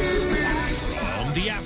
From the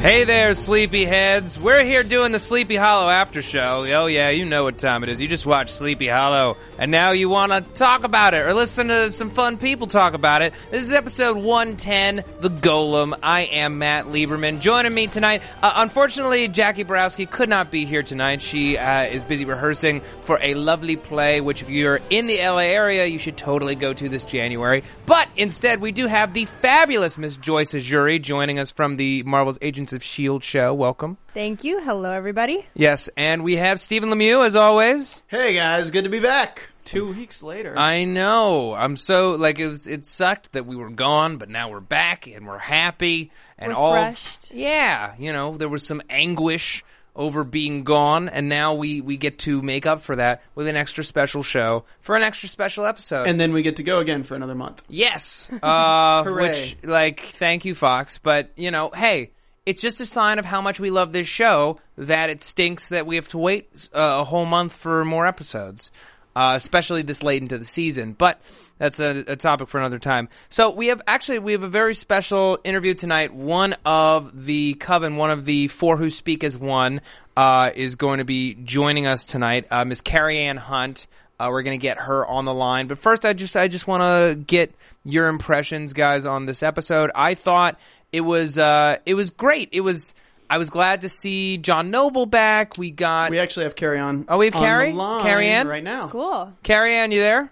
Hey there, sleepyheads. We're here doing the Sleepy Hollow after show. Oh yeah, you know what time it is. You just watched Sleepy Hollow, and now you want to talk about it or listen to some fun people talk about it. This is episode 110, The Golem. I am Matt Lieberman. Joining me tonight, uh, unfortunately, Jackie Borowski could not be here tonight. She uh, is busy rehearsing for a lovely play, which if you're in the LA area, you should totally go to this January. But instead, we do have the fabulous Miss Joyce Azuri joining us from the Marvel's Agents of S.H.I.E.L.D. E show. Welcome. Thank you. Hello, everybody. Yes, and we have Stephen Lemieux as always. Hey guys, good to be back. Two weeks later. I know. I'm so like it was. It sucked that we were gone, but now we're back and we're happy and Refreshed. all. Yeah, you know there was some anguish over being gone, and now we we get to make up for that with an extra special show for an extra special episode. and then we get to go again for another month. Yes. Uh, Hooray. which, like, thank you, Fox. But, you know, hey, it's just a sign of how much we love this show that it stinks that we have to wait uh, a whole month for more episodes, uh, especially this late into the season. But that's a, a topic for another time. So we have actually we have a very special interview tonight. One of the coven, one of the four who speak as one, uh, is going to be joining us tonight. Uh, Miss Carrie Ann Hunt. Uh, we're gonna get her on the line, but first, I just I just want to get your impressions, guys, on this episode. I thought it was uh, it was great. It was I was glad to see John Noble back. We got We actually have Carrie on. Oh, we have on the Carrie? line Carrie Ann? right now. Cool. Carrie Ann. You there?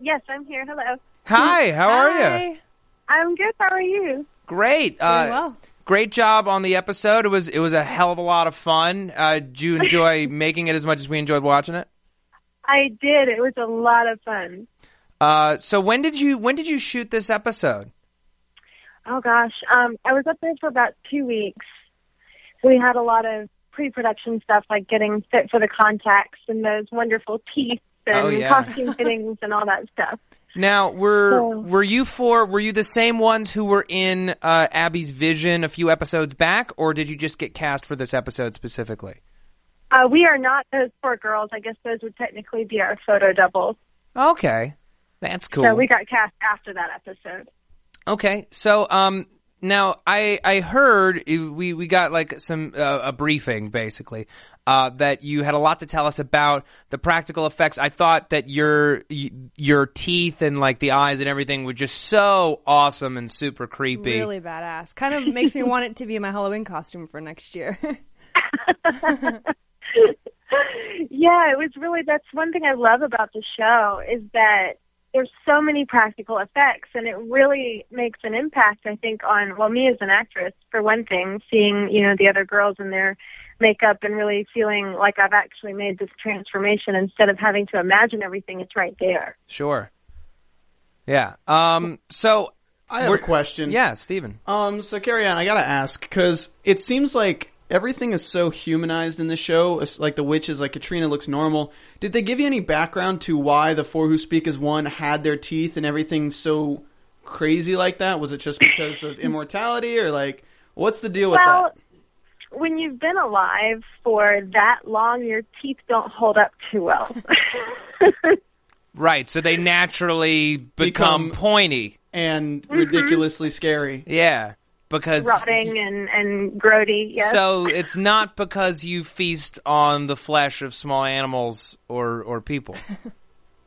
Yes, I'm here. Hello. Hi. How are you? I'm good. How are you? Great. uh, well. Great job on the episode. It was it was a hell of a lot of fun. Uh, did you enjoy making it as much as we enjoyed watching it? I did. It was a lot of fun. Uh, so when did you when did you shoot this episode? Oh gosh, um, I was up there for about two weeks. So we had a lot of pre-production stuff, like getting fit for the contacts and those wonderful teeth and Oh, yeah. costume fittings and all that stuff. Now were Oh. were you four were you the same ones who were in uh, Abby's Vision a few episodes back, or did you just get cast for this episode specifically? Uh, we are not those four girls. I guess those would technically be our photo doubles. Okay, that's cool. So we got cast after that episode. Okay, so um, now I I heard we we got like some uh, a briefing basically uh, that you had a lot to tell us about the practical effects. I thought that your your teeth and like the eyes and everything were just so awesome and super creepy. Really badass. Kind of makes me want it to be my Halloween costume for next year. yeah, it was really that's one thing I love about the show is that there's so many practical effects and it really makes an impact I think on well me as an actress for one thing seeing you know the other girls in their makeup and really feeling like I've actually made this transformation instead of having to imagine everything it's right there. Sure. Yeah. Um. So I have We're- a question. yeah, Steven. Um, so Carrie Ann, I gotta ask, because it seems like everything is so humanized in the show. It's Like the witches, like Katrina looks normal. Did they give you any background to why the four who speak as one had their teeth and everything so crazy like that? Was it just because of immortality or like, what's the deal with Well, that? when you've been alive for that long your teeth don't hold up too well. Right. So they naturally become, Become- pointy. And ridiculously scary. Yeah. Because Rotting and and grody, yes. So it's not because you feast on the flesh of small animals or, or people.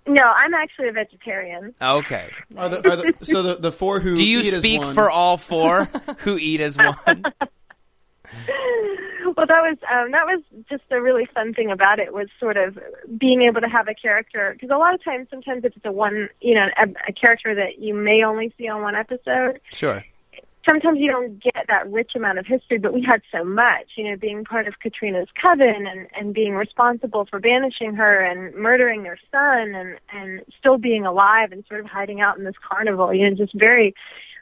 No, I'm actually a vegetarian. Okay. Are the, are the, so the, the four who Do you eat as speak one- for all four who eat as one? Well, that was um, that was just a really fun thing about it was sort of being able to have a character because a lot of times, sometimes if it's a one, you know, a, a character that you may only see on one episode, Sure. sometimes you don't get that rich amount of history, but we had so much, you know, being part of Katrina's coven and, and being responsible for banishing her and murdering their son and, and still being alive and sort of hiding out in this carnival, you know, just very,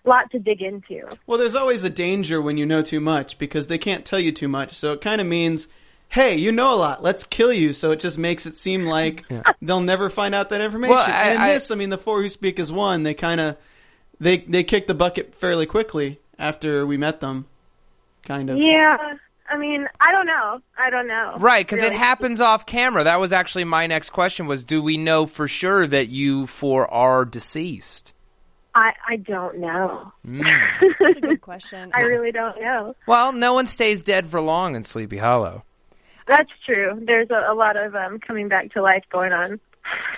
lot to dig into. Well, there's always a danger when you know too much because they can't tell you too much. So it kind of means, hey, you know a lot. Let's kill you. So it just makes it seem like they'll never find out that information. Well, I- and in I- this, I mean, the four who speak as one. They kind of they they kick the bucket fairly quickly after we met them. Kind of. Yeah. I mean, I don't know. I don't know. Right, because it really. happens off camera. That was actually my next question: was Do we know for sure that you four are deceased? I, I don't know. That's a good question. I really don't know. Well, no one stays dead for long in Sleepy Hollow. That's true. There's a, a lot of um, coming back to life going on.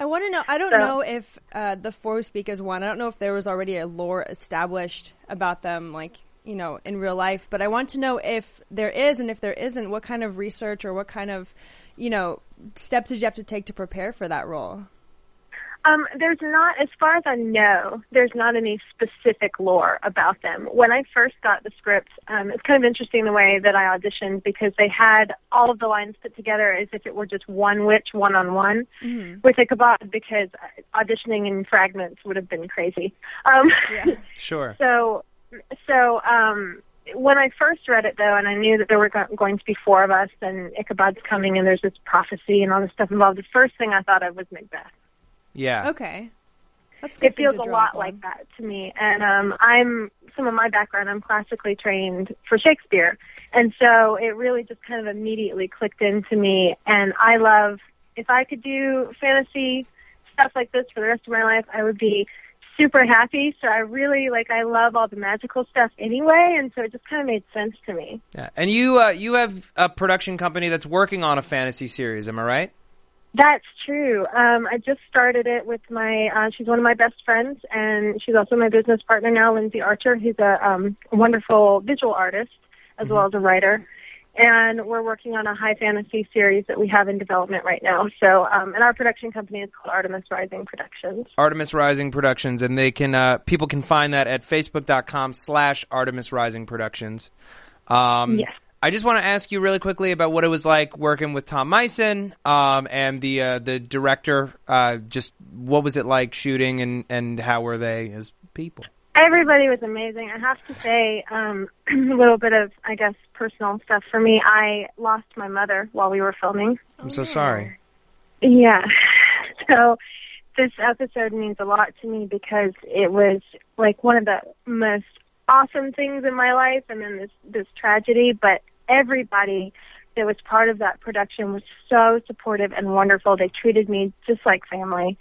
I want to know. I don't So- know if uh, the four who speak as one. I don't know if there was already a lore established about them, like you know, in real life. But I want to know if there is, and if there isn't, what kind of research or what kind of, you know, steps did you have to take to prepare for that role? Um, there's not, as far as I know, there's not any specific lore about them. When I first got the script, um, it's kind of interesting the way that I auditioned because they had all of the lines put together as if it were just one witch one on one, which I kabod because auditioning in fragments would have been crazy. Um, Yeah. Sure. so so um when I first read it though, and I knew that there were go- going to be four of us, and Ichabod's coming, and there's this prophecy and all this stuff involved. The first thing I thought of was Macbeth. Yeah. Okay. That's a good. It thing to feels a draw lot upon. like that to me, and um, I'm some of my background. I'm classically trained for Shakespeare, and so it really just kind of immediately clicked into me. And I love if I could do fantasy stuff like this for the rest of my life, I would be super happy. So I really like I love all the magical stuff anyway, and so it just kind of made sense to me. Yeah. And you uh, you have a production company that's working on a fantasy series. Am I right? That's true. Um, I just started it with my. Uh, she's one of my best friends, and she's also my business partner now, Lindsay Archer, who's a um, wonderful visual artist as well as a writer. And we're working on a high fantasy series that we have in development right now. So, um, and our production company is called Artemis Rising Productions. Artemis Rising Productions, and they can uh, people can find that at facebook.com slash Artemis Rising Productions. Um, Yes. I just want to ask you really quickly about what it was like working with Tom Meissen um, and the uh, the director. Uh, just what was it like shooting, and and how were they as people? Everybody was amazing. I have to say, um, a little bit of, I guess, personal stuff for me. I lost my mother while we were filming. I'm so sorry. Yeah. So this episode means a lot to me because it was like one of the most awesome things in my life and then this this tragedy, but everybody that was part of that production was so supportive and wonderful. They treated me just like family.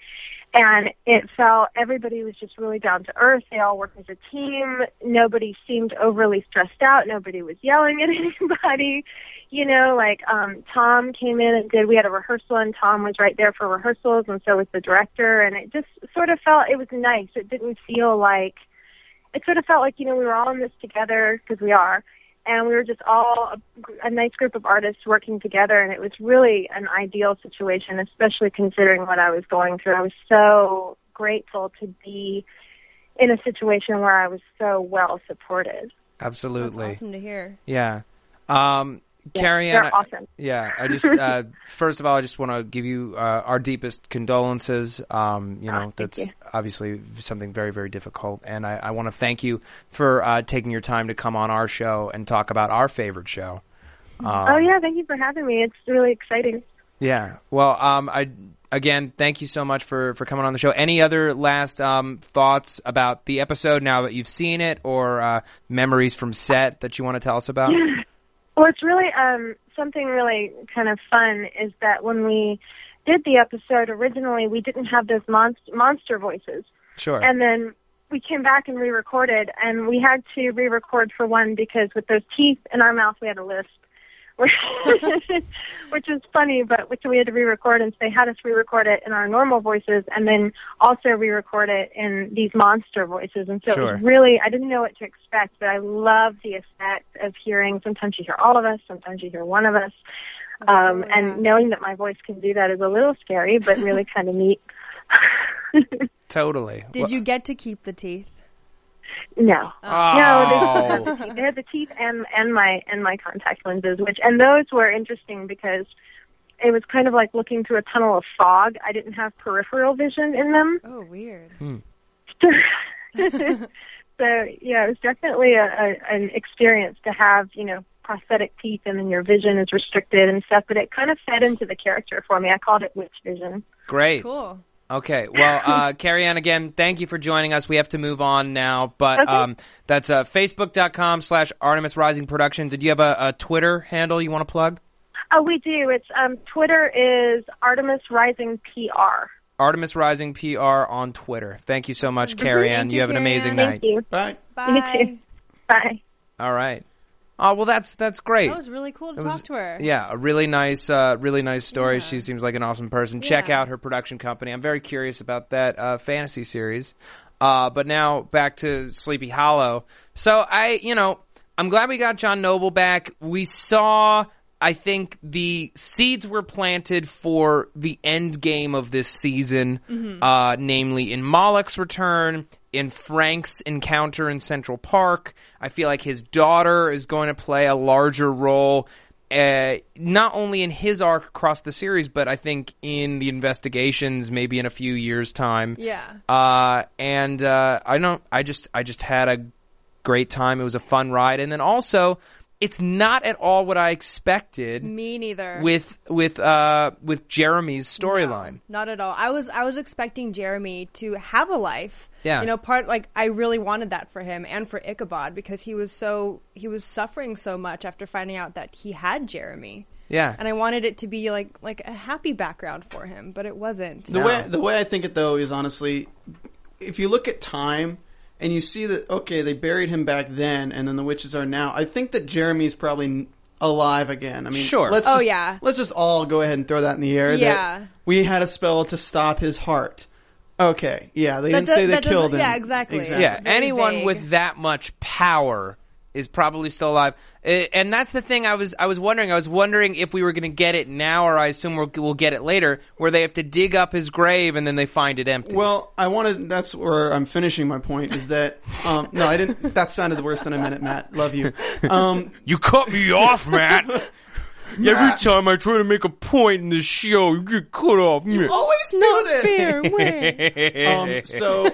And it felt everybody was just really down to earth. They all worked as a team. Nobody seemed overly stressed out. Nobody was yelling at anybody. You know, like um Tom came in and did we had a rehearsal and Tom was right there for rehearsals and so was the director and it just sort of felt it was nice. It didn't feel like it sort of felt like you know we were all in this together because we are and we were just all a, gr- a nice group of artists working together and it was really an ideal situation especially considering what i was going through i was so grateful to be in a situation where i was so well supported That's Absolutely. awesome to hear. Yeah. Um, Carrie Ann, they're I- awesome. Yeah, I just uh, first of all, I just want to give you uh, our deepest condolences. Um, you know, that's Ah, you. obviously something very, very difficult, and I, I want to thank you for uh, taking your time to come on our show and talk about our favorite show. oh yeah thank you for having me it's really exciting Yeah. Well, um, I again thank you so much for for coming on the show. Any other last um, thoughts about the episode now that you've seen it, or uh, memories from set that you want to tell us about? Well, it's really um, something really kind of fun is that when we did the episode originally, we didn't have those monst- monster voices. Sure. And then we came back and re-recorded, and we had to re-record for one because with those teeth in our mouth, we had a lisp. which is funny, but which we had to re-record, and so they had us re-record it in our normal voices, and then also re-record it in these monster voices. And so it Sure. was really, I didn't know what to expect, but I love the effect of hearing. Sometimes you hear all of us, sometimes you hear one of us, um, cool, yeah. and knowing that my voice can do that is a little scary, but really kind of neat. totally. Did you get to keep the teeth? No, Oh. no, they still have the teeth. They had the teeth and and my and my contact lenses, which and those were interesting because it was kind of like looking through a tunnel of fog. I didn't have peripheral vision in them, Oh, weird. Hmm. so yeah, it was definitely a, a an experience to have you know prosthetic teeth and then your vision is restricted and stuff. But it kind of fed into the character for me. I called it witch vision. Great. Cool. Okay. Well, uh, Carrie Ann, again, thank you for joining us. We have to move on now, but um, that's uh, facebook.com slash Artemis Rising Productions. Did you have a, a Twitter handle you want to plug? Oh, we do. It's um, Twitter is Artemis Rising PR. Artemis Rising PR on Twitter. Thank you so much, Carrie Ann. Thank You, you, have an Carrie amazing Ann. night. Thank you. Bye. Bye. Bye. All right. Oh well, that's that's great. That was really cool to It was- talk to her. Yeah, a really nice, uh, really nice story. She seems like an awesome person. Check Yeah. out her production company. I'm very curious about that uh, fantasy series. Uh, but now back to Sleepy Hollow. So I, you know, I'm glad we got John Noble back. We saw, I think, the seeds were planted for the end game of this season, uh, namely in Moloch's return, in Frank's encounter in Central Park. I feel like his daughter is going to play a larger role uh, not only in his arc across the series, but I think in the investigations, maybe in a few years' time. Yeah. Uh, and uh, I don't. I just. I just had a great time. It was a fun ride, and then also, it's not at all what I expected Me neither. Um, with with uh with Jeremy's storyline. Not at all. I was I was expecting Jeremy to have a life. Yeah. You know, part like I really wanted that for him and for Ichabod because he was so he was suffering so much after finding out that he had Jeremy. Yeah. And I wanted it to be like like a happy background for him, but it wasn't. The way the way I think it though is honestly, if you look at time and you see that okay, they buried him back then, and then the witches are now. I think that Jeremy's probably n- alive again. I mean, Sure. Let's Oh, just, yeah. Let's just all go ahead and throw that in the air. that Yeah. we had a spell to stop his heart. Okay, yeah, they That didn't does- say they that doesn't- killed him. yeah, exactly. yeah, It's very anyone vague. with that much power is probably still alive. Eh, And that's the thing I was I was wondering. I was wondering if we were going to get it now, or I assume we'll, we'll get it later, where they have to dig up his grave and then they find it empty. Well, I wanted. That's where I'm finishing my point. Is that um, no? I didn't. That sounded worse than I meant it. Matt, love you. Um, you cut me off, Matt. Every time I try to make a point in this show, you get cut off. always do this. Fair way. Um, so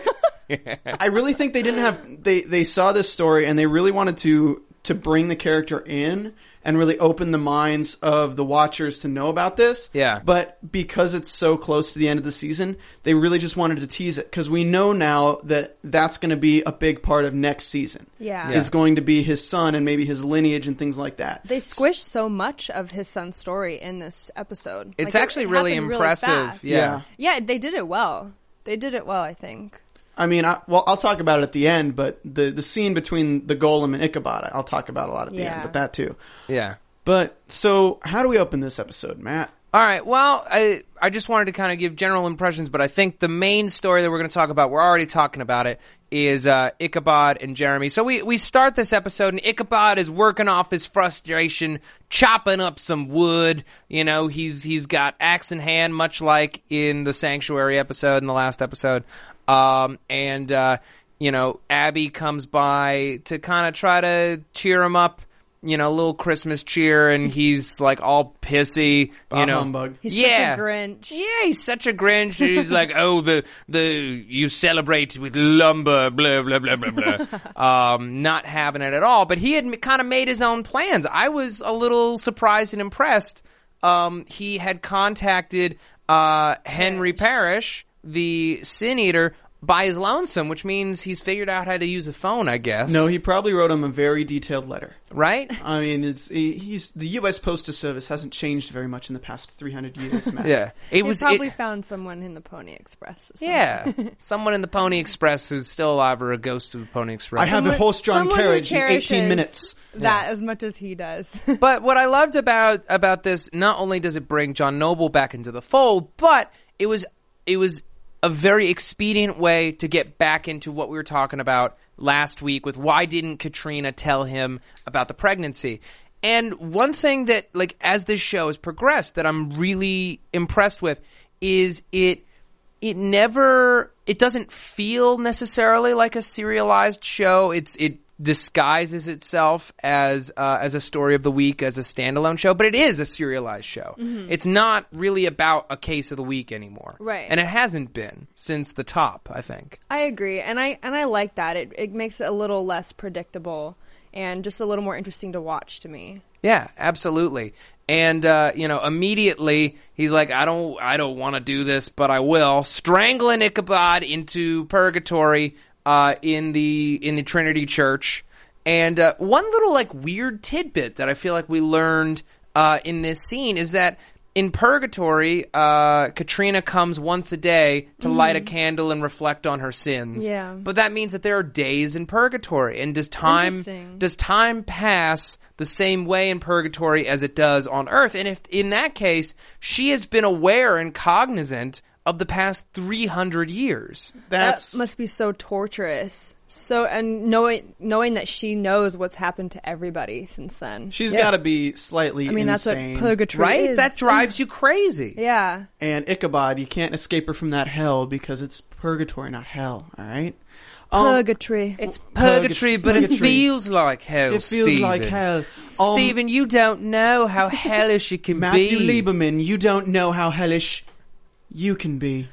I really think they didn't have they they saw this story and they really wanted to to bring the character in and really open the minds of the watchers to know about this. Yeah. But because it's so close to the end of the season, they really just wanted to tease it cuz we know now that that's going to be a big part of next season. Yeah. Is going to be his son and maybe his lineage and things like that. They squished so much of his son's story in this episode. It's Like, it- actually it really happened impressive. fast. Yeah. Yeah. Yeah, they did it well. They did it well, I think. I mean, I, well, I'll talk about it at the end, but the the scene between the golem and Ichabod, I'll talk about a lot at the Yeah. end, but that too. yeah. But so, how do we open this episode, Matt? All right. Well, I I just wanted to kind of give general impressions, but I think the main story that we're going to talk about, we're already talking about it, is uh, Ichabod and Jeremy. So we we start this episode, and Ichabod is working off his frustration, chopping up some wood. You know, he's he's got axe in hand, much like in the sanctuary episode in the last episode. Um, and uh, you know, Abby comes by to kind of try to cheer him up. You know, little Christmas cheer, and he's like all pissy. you know, humbug. He's yeah. such a Grinch. Yeah, he's such a Grinch. He's like, oh, the the you celebrate with lumber, blah blah blah blah blah. um, not having it at all. But he had kind of made his own plans. I was a little surprised and impressed. Um, he had contacted uh, Henry Parrish, the sin eater, by his lonesome, which means he's figured out how to use a phone. I guess. No, he probably wrote him a very detailed letter. right? I mean, it's he, he's the U.S. Postal Service hasn't changed very much in the past 300 years, Matt. Yeah, it He was probably it- found someone in the Pony Express. or something. Yeah, someone in the Pony Express who's still alive or a ghost of the Pony Express. I have a Someone- horse-drawn someone who carriage in 18 cherishes minutes. That as much as he does. But what I loved about about this, not only does it bring John Noble back into the fold, but it was it was a very expedient way to get back into what we were talking about last week with why didn't Katrina tell him about the pregnancy? And one thing that like as this show has progressed that I'm really impressed with is it it never it doesn't feel necessarily like a serialized show. It's it disguises itself as uh, as a story of the week as a standalone show, but it is a serialized show. It's not really about a case of the week anymore, Right. And it hasn't been since the top, I think. I agree, and I and I like that. It it makes it a little less predictable and just a little more interesting to watch to me. Yeah, absolutely. And uh, you know, immediately he's like, "I don't, I don't want to do this, but I will." Strangling Ichabod into purgatory uh, in the in the Trinity Church. And uh, one little like weird tidbit that I feel like we learned uh, in this scene is that in purgatory, uh, Katrina comes once a day to light a candle and reflect on her sins. Yeah. but that means that there are days in purgatory, and does time Interesting. does time pass the same way in purgatory as it does on earth and if in that case she has been aware and cognizant of the past 300 years That's that must be so torturous. So and knowing knowing that she knows what's happened to everybody since then. she's Yeah. got to be slightly. I mean, that's insane. what purgatory right is. that drives you crazy Yeah. and Ichabod, you can't escape her from that hell because it's purgatory, not hell. All right. Um, Purgatory. it's purgatory but it Purgatory. feels like hell It feels Stephen. like hell. Um, Stephen, you don't know how hellish you can Matthew be. Lieberman, you don't know how hellish you can be.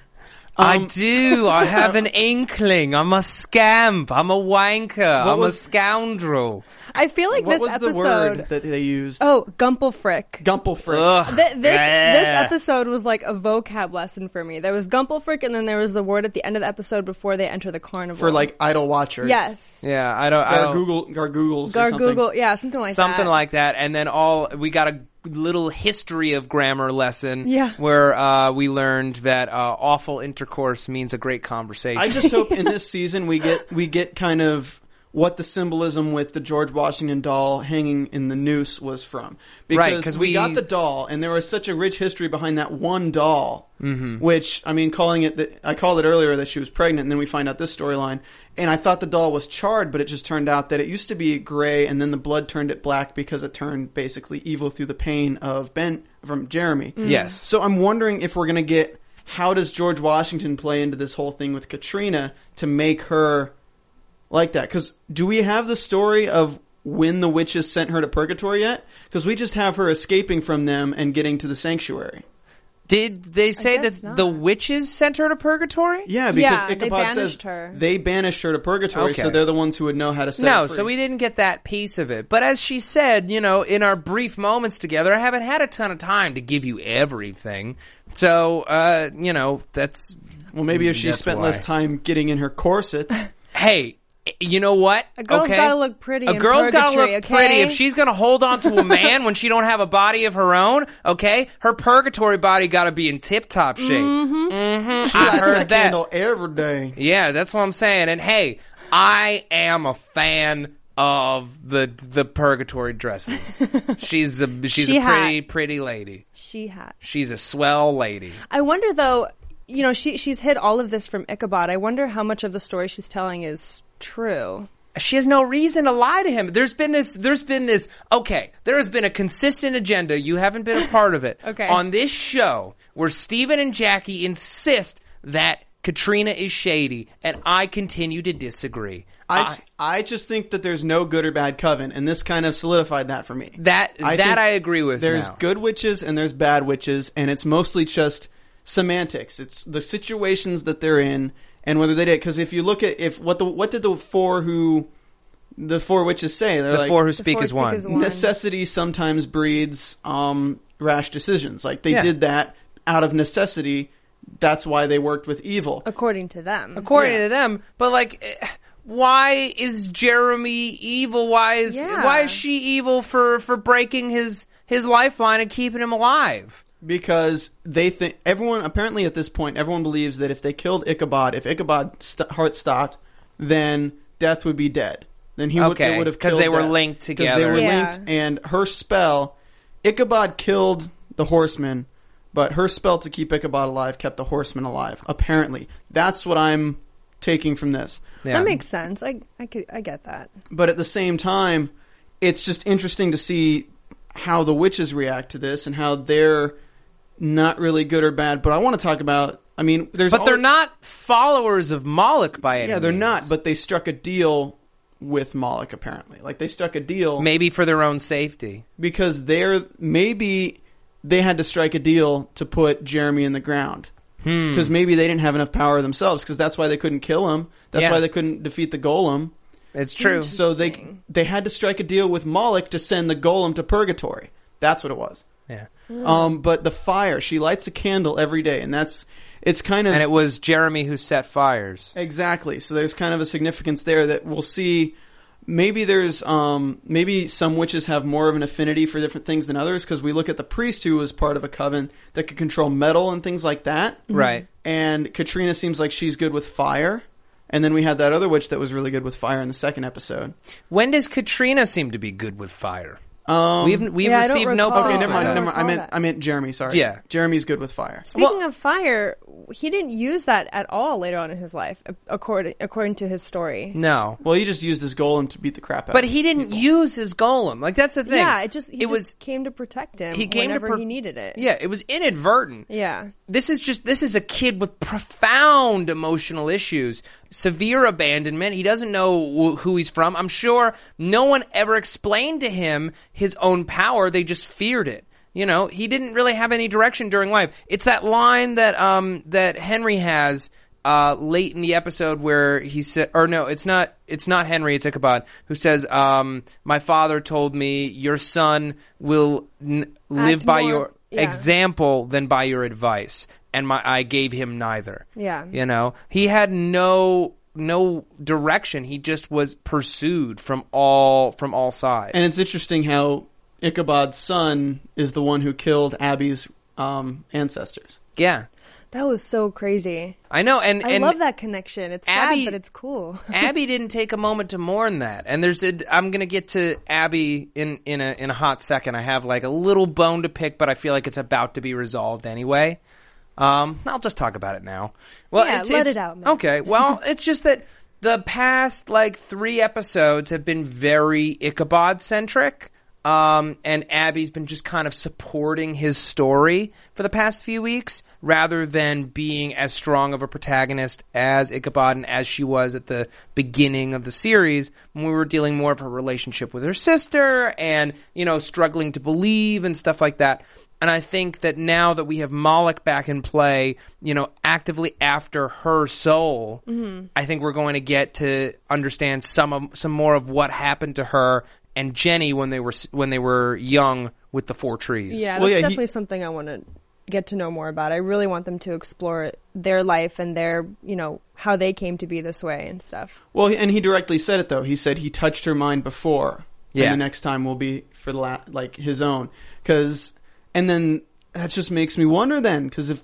I Um, do. I have an inkling. I'm a scamp. I'm a wanker. What I'm was- a scoundrel. I feel like What this was episode. the word that they used? Oh, Gumplefrick. Gumplefrick. Ugh. Th- this this Yeah. episode was like a vocab lesson for me. There was Gumplefrick, and then there was the word at the end of the episode before they enter the carnival For like idle watchers. yes, Yeah, I don't. I don't. Gargoogle, gargoogles. or something. Gargoogle, yeah, something like something that. like that. And then all we got a little history of grammar lesson. Yeah. where uh, we learned that uh, awful intercourse means a great conversation. I just hope in this season we get we get kind of what the symbolism with the George Washington doll hanging in the noose was from. Because Right, 'cause we, we- got the doll, and there was such a rich history behind that one doll. Mm-hmm. Which I mean, calling it that I called it earlier that she was pregnant, and then we find out this storyline. And I thought the doll was charred, but it just turned out that it used to be gray, and then the blood turned it black because it turned basically evil through the pain of Ben from Jeremy. Mm. yes, So I'm wondering if we're going to get how does George Washington play into this whole thing with Katrina to make her like that? Because do we have the story of when the witches sent her to purgatory yet? Because we just have her escaping from them and getting to the sanctuary. did they say guess that the not. witches sent her to purgatory? Yeah, because Yeah, they Ichabod says banished her. they banished her to purgatory, so Okay. they're the ones who would know how to set her No, free. so we didn't get that piece of it. But as she said, you know, in our brief moments together, I haven't had a ton of time to give you everything. So, uh, you know, that's Well, maybe if she That's spent why. less time getting in her corsets, hey, you know what? A girl's gotta look pretty A in girl's gotta purgatory, look okay? pretty. If she's gonna hold on to a man when she don't have a body of her own, okay, her purgatory body gotta be in tip top shape. Mm-hmm. I lights heard that. candle every day. Yeah, that's what I'm saying. And hey, I am a fan of the the purgatory dresses. she's a she's She a pretty hot. pretty lady. she had. She's a swell lady. I wonder though, you know, she she's hid all of this from Ichabod. I wonder how much of the story she's telling is true. she has no reason to lie to him. There's been this, there's been this, okay, there has been a consistent agenda. You haven't been a part of it. Okay. On this show where Steven and Jackie insist that Katrina is shady, and I continue to disagree. I, I just think that there's no good or bad coven, and this kind of solidified that for me. That- that think I agree with There's now. good witches and there's bad witches, and it's mostly just semantics. It's the situations that they're in and whether they did. Because if you look at if what the what did the four who the four witches say? They're the like, four who speak four as speak one. as one. necessity sometimes breeds um, rash decisions. Like they Yeah. did that out of necessity. That's why they worked with evil. According to them. according Yeah. to them. But like, eh, why is Jeremy evil? Why is Yeah. why is she evil for for breaking his his lifeline and keeping him alive? because they think everyone apparently at this point everyone believes that if they killed Ichabod, if Ichabod's st- heart stopped, then Death would be dead. Then he would, they Okay, would have 'cause killed they were Death. linked 'Cause They together. were Yeah. linked, and her spell, Ichabod killed the horseman, but her spell to keep Ichabod alive kept the horseman alive. Apparently, that's what I'm taking from this. Yeah. That makes sense. I I, could, I get that. But at the same time, it's just interesting to see how the witches react to this and how they're not really good or bad. But I want to talk about I mean, there's But they're always- not followers of Moloch by any Yeah, they're means. not. But they struck a deal with Moloch apparently. Like they struck a deal maybe for their own safety. because they're maybe they had to strike a deal to put Jeremy in the ground Hmm. because maybe they didn't have enough power themselves because that's why they couldn't kill him. That's Yeah. why they couldn't defeat the golem. It's true. So they they had to strike a deal with Moloch to send the golem to purgatory. That's what it was. Yeah. Um, but the fire, she lights a candle every day, and that's it's kind of And it was Jeremy who set fires. Exactly. So there's kind of a significance there that we'll see. Maybe there's um, maybe some witches have more of an affinity for different things than others because we look at the priest who was part of a coven that could control metal and things like that. Mm-hmm. Right. And Katrina seems like she's good with fire. And then we had that other witch that was really good with fire in the second episode. When does Katrina seem to be good with fire? Um, we've we've Yeah, I don't received no. recall. okay, proof never of mind. that. Never mind. I Recall meant that. I meant Jeremy. Sorry. Yeah. Jeremy's good with fire. Speaking of fire, he didn't use that at all later on in his life, a- according according to his story. No. Well, he just used his golem to beat the crap out. But of he didn't use his golem. Like that's the thing. Yeah, it just he it just was came to protect him. he came whenever to per- he needed it. Yeah, it was inadvertent. yeah. This is just this is a kid with profound emotional issues, severe abandonment. He doesn't know wh- who he's from. I'm sure no one ever explained to him his own power. They just feared it. You know, he didn't really have any direction during life. It's that line that um that Henry has uh, late in the episode where he said, or no, it's not, it's not Henry, it's Ichabod who says, um, "My father told me your son will n- live by more- your yeah. example than by your advice, and my I gave him neither." Yeah. you know, he had no no direction. He just was pursued from all from all sides. And it's interesting how Ichabod's son is the one who killed Abby's um, ancestors. yeah, That was so crazy. I know, and I and love that connection. It's Abby- sad, but it's cool. Abby didn't take a moment to mourn that. And there's a, I'm going to get to Abby in in a in a hot second. I have like a little bone to pick, but I feel like it's about to be resolved anyway. Um, I'll just talk about it now. Well, Yeah, it's, let it's- it out, man. Okay. Well, it's just that the past like three episodes have been very Ichabod centric. Um, and Abby's been just kind of supporting his story for the past few weeks rather than being as strong of a protagonist as Ichabod and as she was at the beginning of the series when we were dealing more of her relationship with her sister and, you know, struggling to believe and stuff like that. And I think that now that we have Moloch back in play, you know, actively after her soul, Mm-hmm. I think we're going to get to understand some of, some more of what happened to her and Jenny when they were s- when they were young with the four trees. Yeah, that's Well, yeah, he- definitely something I want to get to know more about. I really want them to explore their life and their, you know, how they came to be this way and stuff. Well, and he directly said it though. He said he touched her mind before, Yeah. and the next time will be for the la- like his own. Because and then that just makes me wonder then because if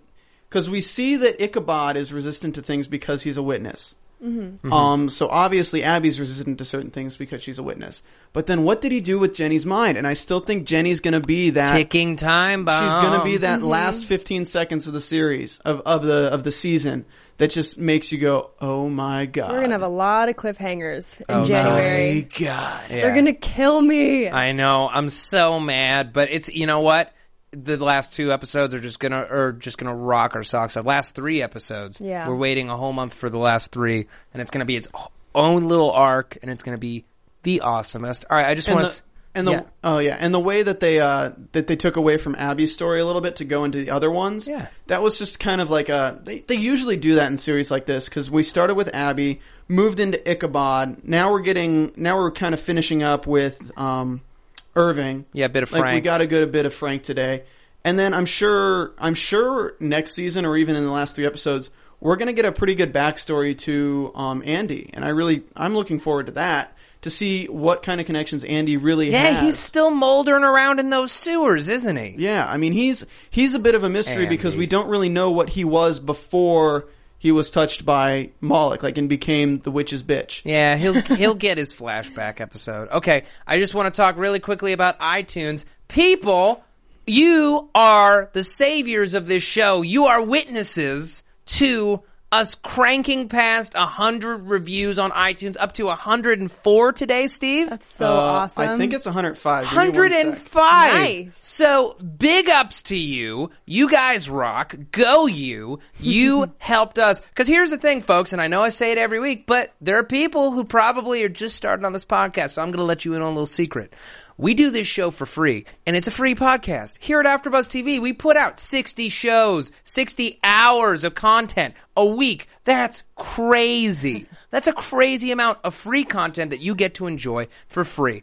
because we see that Ichabod is resistant to things because he's a witness. Mm-hmm. Um, so obviously Abby's resistant to certain things because she's a witness. But then what did he do with Jenny's mind? And I still think Jenny's going to be that Ticking time bomb. She's going to Um, be mm-hmm. that last 15 seconds of the series of, of the of the season that just makes you go, "Oh my god." We're gonna have a lot of cliffhangers in Oh, no. January. My god. They're gonna kill me. I know. I'm so mad, but it's you know what? The last two episodes are just gonna are just gonna rock our socks off. Last three episodes. Yeah. We're waiting a whole month for the last three, and it's gonna be its own little arc, and it's gonna be the awesomest. All right, I just And want the, to. and the yeah. oh yeah, and the way that they uh that they took away from Abby's story a little bit to go into the other ones. Yeah. That was just kind of like a they they usually do that in series like this cuz we started with Abby, moved into Ichabod. Now we're getting now we're kind of finishing up with um Irving. Yeah, a bit of Like we Frank. got a good bit of Frank today. And then I'm sure I'm sure next season or even in the last three episodes we're going to get a pretty good backstory to um, Andy, and I really I'm looking forward to that to see what kind of connections Andy really yeah, has. he's still moldering around in those sewers, isn't he? yeah, I mean he's he's a bit of a mystery because Andy. we don't really know what he was before he was touched by Moloch, like and became the witch's bitch. Yeah, he'll he'll get his flashback episode. Okay, I just want to talk really quickly about iTunes. People, you are the saviors of this show. You are witnesses to us cranking past 100 reviews on iTunes, up to 104 today, Steve. That's so Uh, awesome. I Um, think it's 105. Give me one sec. 105. Nice. So big ups to you. You guys rock. Go you. You helped us. Cause here's the thing, folks, and I know I say it every week, but there are people who probably are just starting on this podcast. So I'm going to let you in on a little secret. We do this show for free and it's a free podcast. Here at AfterBuzz TV, we put out 60 shows, 60 hours of content a week. That's crazy. That's a crazy amount of free content that you get to enjoy for free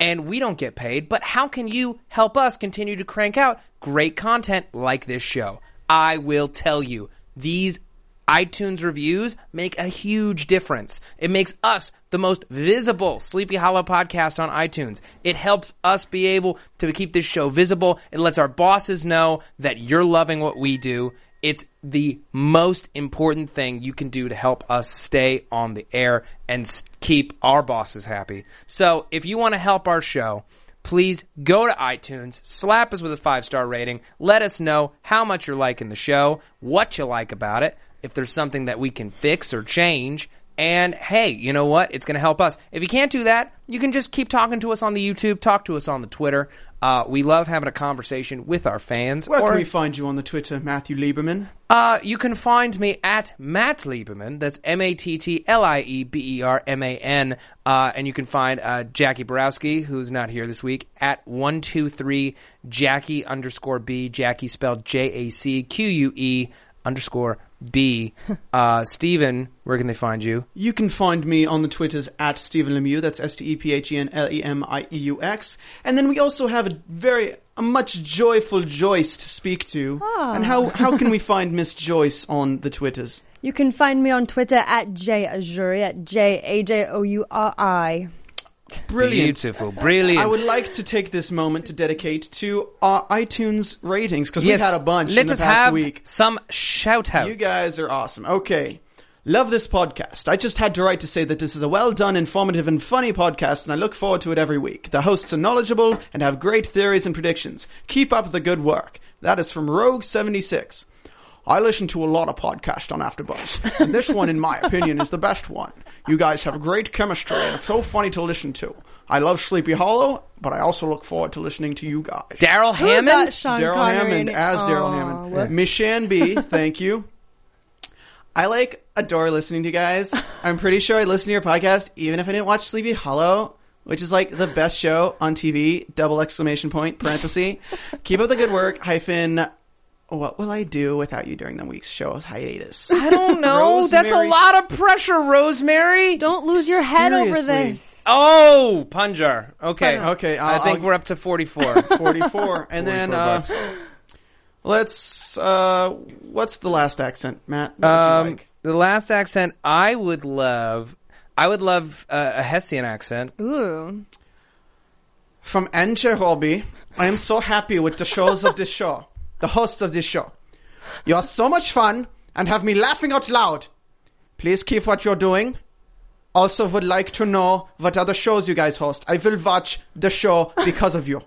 and we don't get paid, but how can you help us continue to crank out great content like this show? I will tell you, these iTunes reviews make a huge difference. It makes us the most visible Sleepy Hollow podcast on iTunes. It helps us be able to keep this show visible. It lets our bosses know that you're loving what we do. It's the most important thing you can do to help us stay on the air and s- keep our bosses happy. So if you want to help our show, please go to iTunes, slap us with a five star rating, let us know how much you're liking the show, what you like about it, if there's something that we can fix or change. And hey, you know what? It's going to help us. If you can't do that, you can just keep talking to us on the YouTube, talk to us on the Twitter. Uh, we love having a conversation with our fans. Where Or- can we find you on the Twitter, Matthew Lieberman? uh, you can find me at Matt Lieberman. That's M A T T L I E B E R M A N. Uh, and you can find uh, Jackie Borowski, who's not here this week, at one two three Jackie underscore B. Jackie spelled J A C Q U E underscore B. Uh, Steven, where can they find you? You can find me on the Twitters at Stephen Lemieux. That's S T E P H E N L E M I E U X. And then we also have a very a much joyful Joyce to speak to. And how how can we find Miss Joyce on the Twitters? you can find me on Twitter at jajuri at j a j o u r i. Brilliant. Beautiful, brilliant. I would like to take this moment to dedicate to our iTunes ratings because yes, we had a bunch Let in the us past have week. some shout outs. You guys are awesome. Okay. Love this podcast. I just had to write to say that this is a well done, informative, and funny podcast, and I look forward to it every week. The hosts are knowledgeable and have great theories and predictions. Keep up the good work. That is from Rogue76. I listen to a lot of podcasts on AfterBuzz, and this one, in my opinion, is the best one. You guys have great chemistry and are so funny to listen to. I love Sleepy Hollow, but I also look forward to listening to you guys. Daryl Who got Hammond. Oh, Sean Daryl Connery Hammond in it? as Daryl Aw, Hammond. whoops. Mishan B, thank you. I like adore listening to you guys. I'm pretty sure I listen to your podcast even if I didn't watch Sleepy Hollow, which is like the best show on TV. Double exclamation point parenthesis. Keep up the good work. Hyphen. What will I do without you during the week's show's hiatus? I don't know. That's a Rosemary- lot of pressure, Rosemary. Don't lose your head over Seriously. this. Oh, Punjar. Okay. Punjar. Okay, I I'll- think I'll- we're up to 44. 44. And then, 44 uh, bucks. let's, uh, what's the last accent, Matt? What would you um, like? the last accent I would love, I would love uh, a Hessian accent. Oooo. From Anche Robbie, I am so happy with the shows of this show, the hosts of this show. You are so much fun and have me laughing out loud. Please keep what you're doing. Also, would like to know what other shows you guys host. I will watch the show because of you. Um,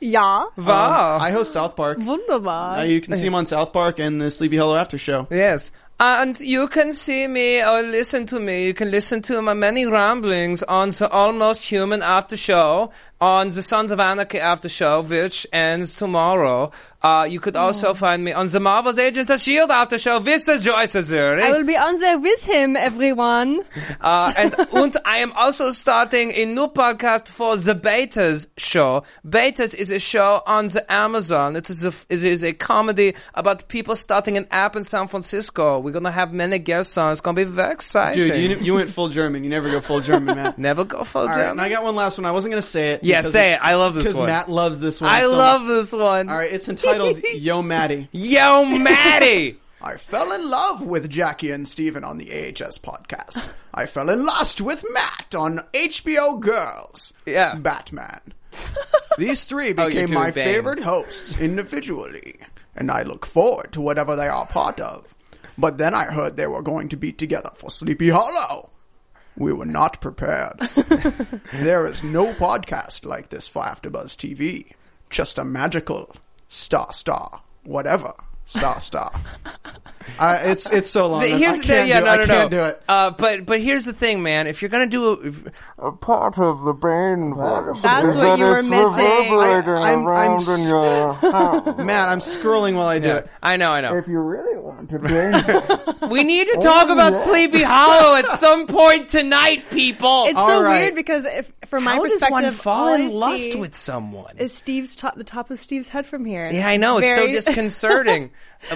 Ja. Wow. I host South Park. Wunderbar. Uh, you can see him on South Park and the Sleepy Hollow After Show. yes. And you can see me or listen to me. You can listen to my many ramblings on the Almost Human after show, on the Sons of Anarchy after show, which ends tomorrow. Uh, you Oh. could also find me on the Marvel's Agents of S.H.I.E.L.D. E after show with the Joyce Azuri. I will be on there with him, everyone. Uh, and und I am also starting a new podcast for the Betas show. Betas is a show on the Amazon. It is a, it is a comedy about people starting an app in San Francisco. We're gonna have many guests on. It's gonna be very exciting. Dude, you, you went full German. You never go full German, Matt. Never go full All right, German. and I got one last one. I wasn't going to say it. Yeah, because say it's- it. I love this because one. Matt loves this one. I so love much. this one. All right, it's entitled Yo Matty. Yo, Maddie. I fell in love with Jackie and Steven on the AHS podcast. I fell in lust with Matt on HBO Girls. Yeah. Batman. These three Oh, you're became doing my Bane. favorite hosts individually, and I look forward to whatever they are part of. But then I heard they were going to be together for Sleepy Hollow. We were not prepared. there is no podcast like this for AfterBuzz TV. Just a magical star, star, whatever, star, star. I, it's it's so long. The- I here's can't the thing. Yeah, do, it. no, I no, can't no. do it. Uh, but but here's the thing, man. If you're gonna do a, if- a part of the brain, That's what you were missing. I'm, I'm s- Matt, I'm scrolling while Oh, I do it. I know, I know. If you really want to bring We need to talk about Oh. Sleepy Hollow at some point tonight, people. It's All so right. weird because if, from my How does perspective, one fall all I in lust see with someone? is Steve's top, the top of Steve's head from here. yeah, I know. It's so Very- disconcerting.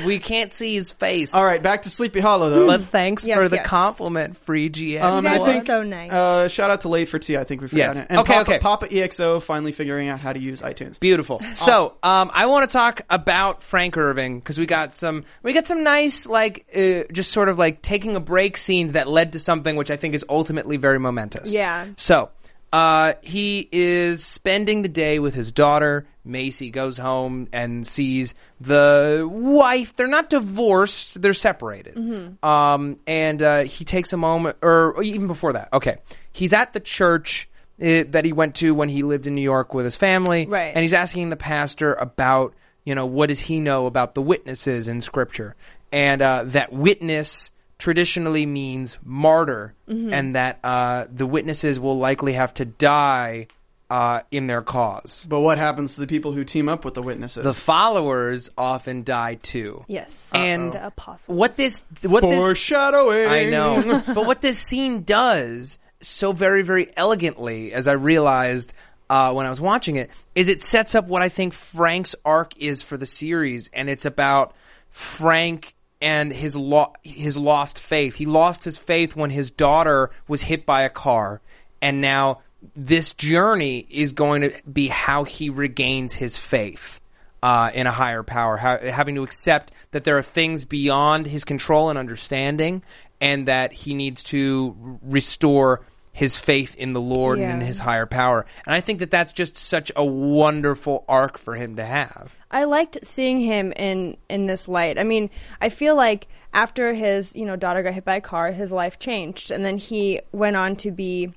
we can't see his face. All right, back to Sleepy Hollow though. But thanks Yes, for the yes. compliment, Free GX. Um, You guys I are think- so nice. Uh, shout out to Late for Tea. I think we forgot Yes. it. And Okay, Papa, okay. Papa EXO finally figuring out how to use iTunes. Beautiful. So, um, I want to talk about Frank Irving because we got some we got some nice like uh, just sort of like taking a break scenes that led to something which I think is ultimately very momentous. Yeah. So, uh, he is spending the day with his daughter. Macy goes home and sees the wife. They're not divorced; they're separated. Mm-hmm. Um, and uh, he takes a moment, or even before that. Okay, he's at the church. uh that he went to when he lived in New York with his family, Right. and he's asking the pastor about, you know, what does he know about the witnesses in Scripture? And uh, that witness traditionally means martyr, Mm-hmm. and that uh, the witnesses will likely have to die uh, in their cause. But what happens to the people who team up with the witnesses? The followers often die too. yes, And the apostles. what this what this foreshadowing. I know. but what this scene does so very, very elegantly, as I realized uh, when I was watching it, is it sets up what I think Frank's arc is for the series, and it's about Frank and his lo- his lost faith. He lost his faith when his daughter was hit by a car, and now this journey is going to be how he regains his faith uh, in a higher power, ha- having to accept that there are things beyond his control and understanding, and that he needs to r- restore his faith in the Lord and in Yeah. his higher power. And I think that that's just such a wonderful arc for him to have. I liked seeing him in in this light. I mean, I feel like after his you know daughter got hit by a car, his life changed, and then he went on to be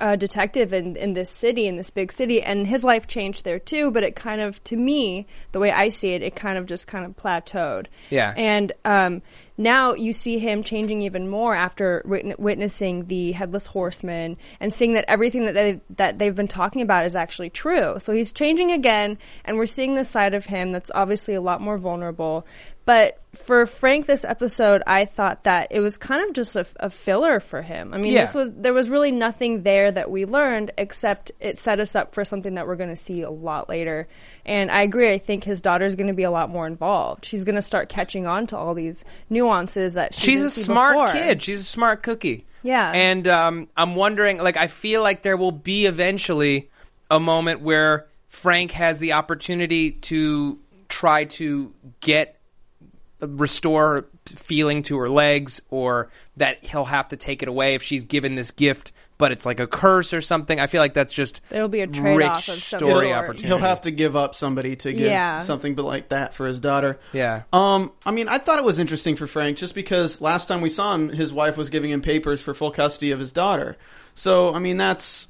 a detective in in this city, in this big city, and his life changed there too. But it kind of, to me, the way I see it, it kind of just kind of plateaued. Yeah. and um, now you see him changing even more after witn- witnessing the headless horseman and seeing that everything that they that they've been talking about is actually true. So he's changing again, and we're seeing this side of him that's obviously a lot more vulnerable. But for Frank, this episode, I thought that it was kind of just a, a filler for him. I mean, Yeah. this was there was really nothing there that we learned except it set us up for something that we're going to see a lot later. And I agree. I think his daughter's going to be a lot more involved. She's going to start catching on to all these nuances that she She's didn't a see smart before. kid. She's a smart cookie. Yeah. And um, I'm wondering, like, I feel like there will be eventually a moment where Frank has the opportunity to try to get uh, restore feeling to her legs or that he'll have to take it away if she's given this gift but it's like a curse or something i feel like that's just There'll be a rich trade-off of some story sort. opportunity He'll have to give up somebody to give Yeah. something but like that for his daughter. Yeah. Um, I mean, I thought it was interesting for Frank just because last time we saw him, his wife was giving him papers for full custody of his daughter. So, I mean, that's,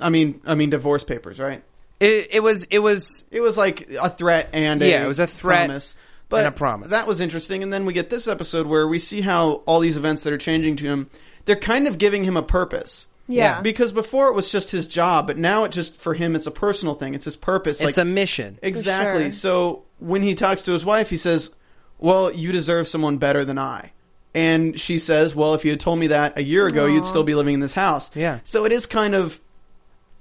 I mean, I mean, divorce papers, right? it, it was it was It was like a threat and a Yeah, it was a threat promise. But and a promise. That was interesting. And then we get this episode where we see how all these events that are changing to him, they're kind of giving him a purpose. Yeah. Because before it was just his job, but now it just for him it's a personal thing. It's his purpose. it's a mission Exactly. sure. So when he talks to his wife, he says, "Well, you deserve someone better than I." And she says, "Well, if you had told me that a year ago, you'd still be living in this house." Yeah. So it is kind of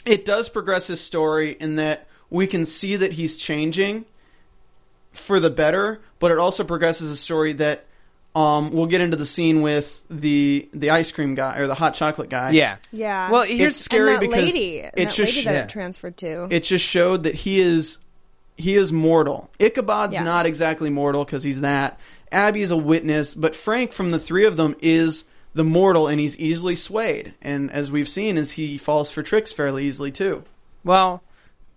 it does progress his story in that we can see that he's changing for the better, but it also progresses a story that um, we'll get into the scene with the the ice cream guy or the hot chocolate guy. yeah Yeah. well here's It's And scary that because lady, it and that just lady that yeah. it transferred to. it just showed that he is he is mortal. Ichabod's Yeah. not exactly mortal because he's that. Abby's a witness, but Frank from the three of them is the mortal, and he's easily swayed. And as we've seen, is he falls for tricks fairly easily too. well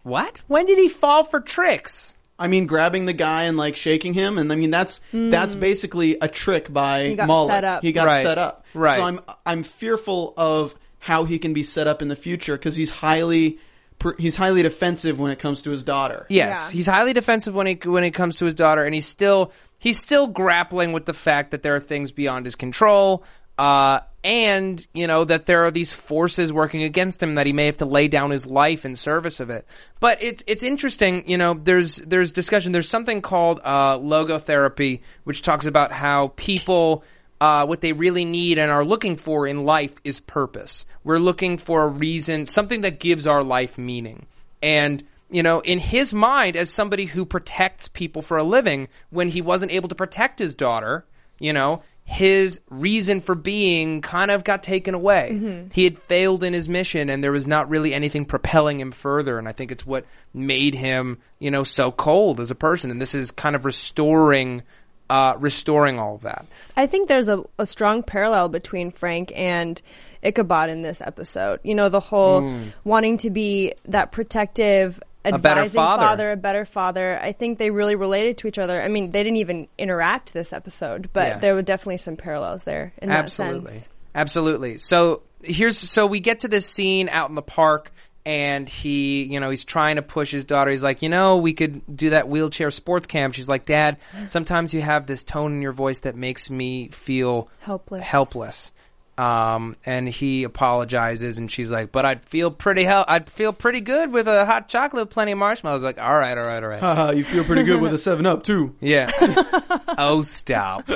what when did he fall for tricks I mean, grabbing the guy and like shaking him, and I mean that's that's basically a trick by Hmm. He got Mullet. set up. He got Right. set up. Right. So I'm I'm fearful of how he can be set up in the future because he's highly pr- he's highly defensive when it comes to his daughter. Yes, Yeah. he's highly defensive when it when it comes to his daughter, and he's still he's still grappling with the fact that there are things beyond his control, uh, and you know that there are these forces working against him that he may have to lay down his life in service of it. But it's it's interesting, you know. There's there's discussion. There's something called uh, logotherapy, which talks about how people uh, what they really need and are looking for in life is purpose. We're looking for a reason, something that gives our life meaning. And, you know, in his mind, as somebody who protects people for a living, when he wasn't able to protect his daughter, you know, his reason for being kind of got taken away. He had failed in his mission and there was not really anything propelling him further. And I think it's what made him, you know, so cold as a person. And this is kind of restoring, uh, restoring all of that. I think there's a, a strong parallel between Frank and Ichabod in this episode. You know, the whole wanting to be that protective, advising Hmm. better father. a better father. I think they really related to each other. I mean, they didn't even interact this episode, but Yeah. there were definitely some parallels there in that absolutely sense. absolutely so here's so we get to this scene out in the park and he you know he's trying to push his daughter he's like you know we could do that wheelchair sports camp she's like dad sometimes you have this tone in your voice that makes me feel Helpless. helpless um, and he apologizes and she's like but i'd feel pretty hel- i'd feel pretty good with a hot chocolate with plenty of marshmallows like all right all right all right Uh, you feel pretty good with a seven up too. yeah oh stop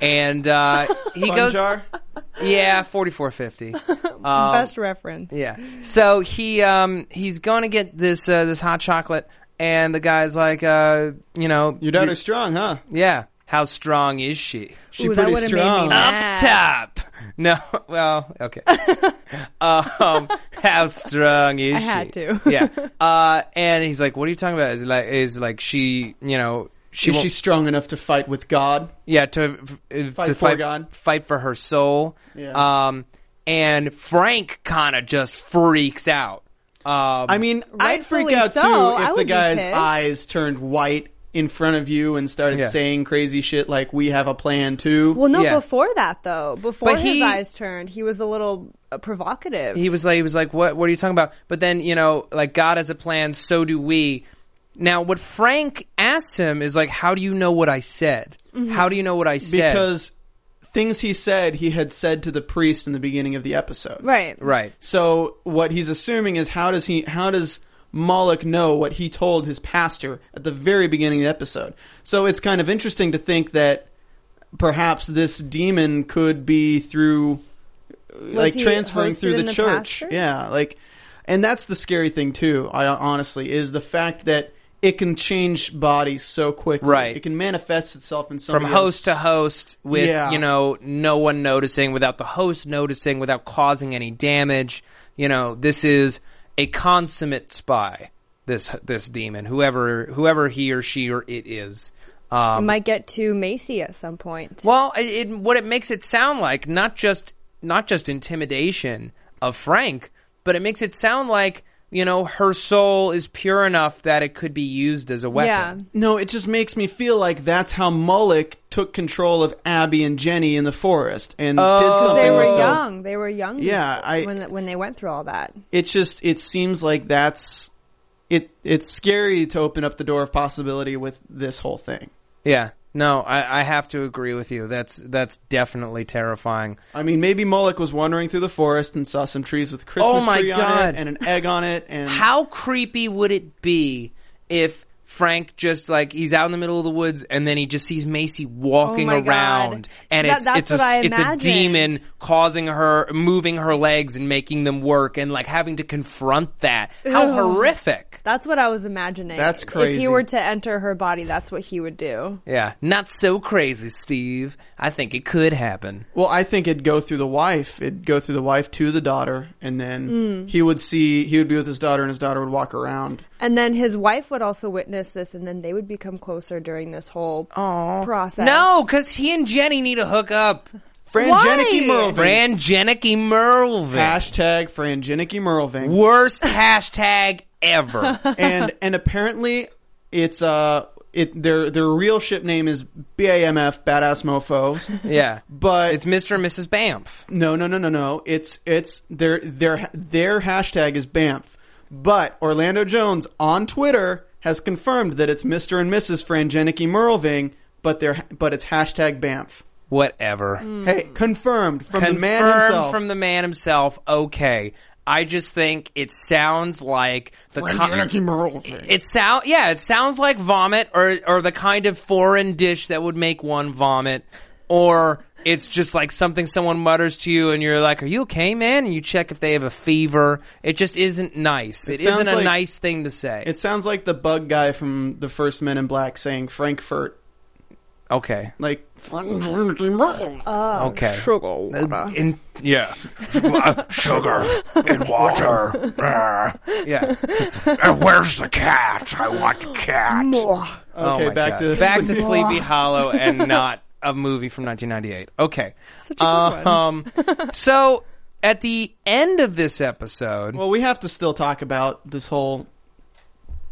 and uh, he goes Jar. yeah 4450 Best reference. Um, Yeah. So he um he's going to get this uh, this hot chocolate, and the guy's like, uh, you know, Your daughter's strong, huh? yeah. How strong is she? She Ooh, Ah. that pretty would have made strong. me Up up mad. top. No, well, okay. um, how strong is I she? had to. yeah. Uh, and he's like, "What are you talking about? Is like, is like she, you know, she Is won't- she strong enough to fight with God? yeah, to uh, Fight to for fight, God. fight for her soul. Yeah. Um, and Frank kind of just freaks out. Um, I mean, I'd freak Rightfully out so. too I if the would be guy's pissed. eyes turned white in front of you and started Yeah. saying crazy shit like "We have a plan too." Well, no, Yeah. before that though, before But his he- eyes turned, he was a little uh, provocative. he was like, he was like, what, what are you talking about? But then, you know, like God has a plan, so do we. Now, what Frank asks him is like, how do you know what I said? How do you know what I said? Mm-hmm. because things he said he had said to the priest in the beginning of the episode. right. right, So what he's assuming is how does he how does Moloch know what he told his pastor at the very beginning of the episode? So it's kind of interesting to think that perhaps this demon could be through uh, like he transferring hosted through the, in the church. pastor? Yeah, like and that's the scary thing too, I honestly, is the fact that it can change bodies so quickly. Right. It can manifest itself in some from host to host, with Yeah. you know, no one noticing, without the host noticing, without causing any damage. You know, this is a consummate spy. This this demon, whoever whoever he or she or it is. Um, Might get to Macy at some point. Well, it, it, what it makes it sound like not just not just intimidation of Frank, but it makes it sound like you know her soul is pure enough that it could be used as a yeah. weapon. No, it just makes me feel like that's how Moloch took control of Abby and Jenny in the forest and did something. they were with them. young. They were young. Yeah, I- when when they went through all that. It just it seems like that's it. It's scary to open up the door of possibility with this whole thing. Yeah, No, I, I have to agree with you. That's that's definitely terrifying. I mean, maybe Moloch was wandering through the forest and saw some trees with Christmas Oh my tree on God. it and an egg on it. And How creepy would it be if Frank just like he's out in the middle of the woods and then he just sees Macy walking Oh my God. around and That- it's that's it's a what I it's a imagined. demon causing her moving her legs and making them work and like having to confront that. How horrific. That's what I was imagining. That's If crazy. he were to enter her body, that's what he would do. Yeah, not so crazy, Steve. I think it could happen. Well, I think it'd go through the wife. It'd go through the wife to the daughter, and then he would see he would be with his daughter, and his daughter would walk around. And then his wife would also witness this, and then they would become closer during this whole process. No, cuz he and Jenny need to hook up. Frangenicky Merlving. Fran Jenicky Merlvin. Hashtag Frangenicky Merlving. Worst hashtag ever. and and apparently it's uh it their their real ship name is BAMF Badass Mofos. Yeah. But It's Mr. and Mrs. Bamf. no no no no no. It's it's their their their hashtag is BAMF. But Orlando Jones on Twitter has confirmed that it's Mr. and Mrs. Frangenicki Merlving, but they're but it's hashtag Banff. Whatever. Hey, confirmed Mm. from the man Hmm. Confirmed himself. from the man himself. Okay. I just think it sounds like the Frankie Merle. It sound yeah, it sounds like vomit or or the kind of foreign dish that would make one vomit or it's just like something someone mutters to you and you're like, "Are you okay, man?" and you check if they have a fever. It just isn't nice. it sounds isn't a like- nice thing to say. it sounds like the bug guy from the first Men in Black saying Frankfurt. okay. Like Frankie Merle. Okay. Oh, Sugar water. In, yeah. Uh, Sugar and water. Uh, yeah. and where's the cat? I want the cat. Okay, Oh my back God. to- back to Sleepy Hollow and not a movie from 1998. Okay, Such a good um, so at the end of this episode, Well, we have to still talk about this whole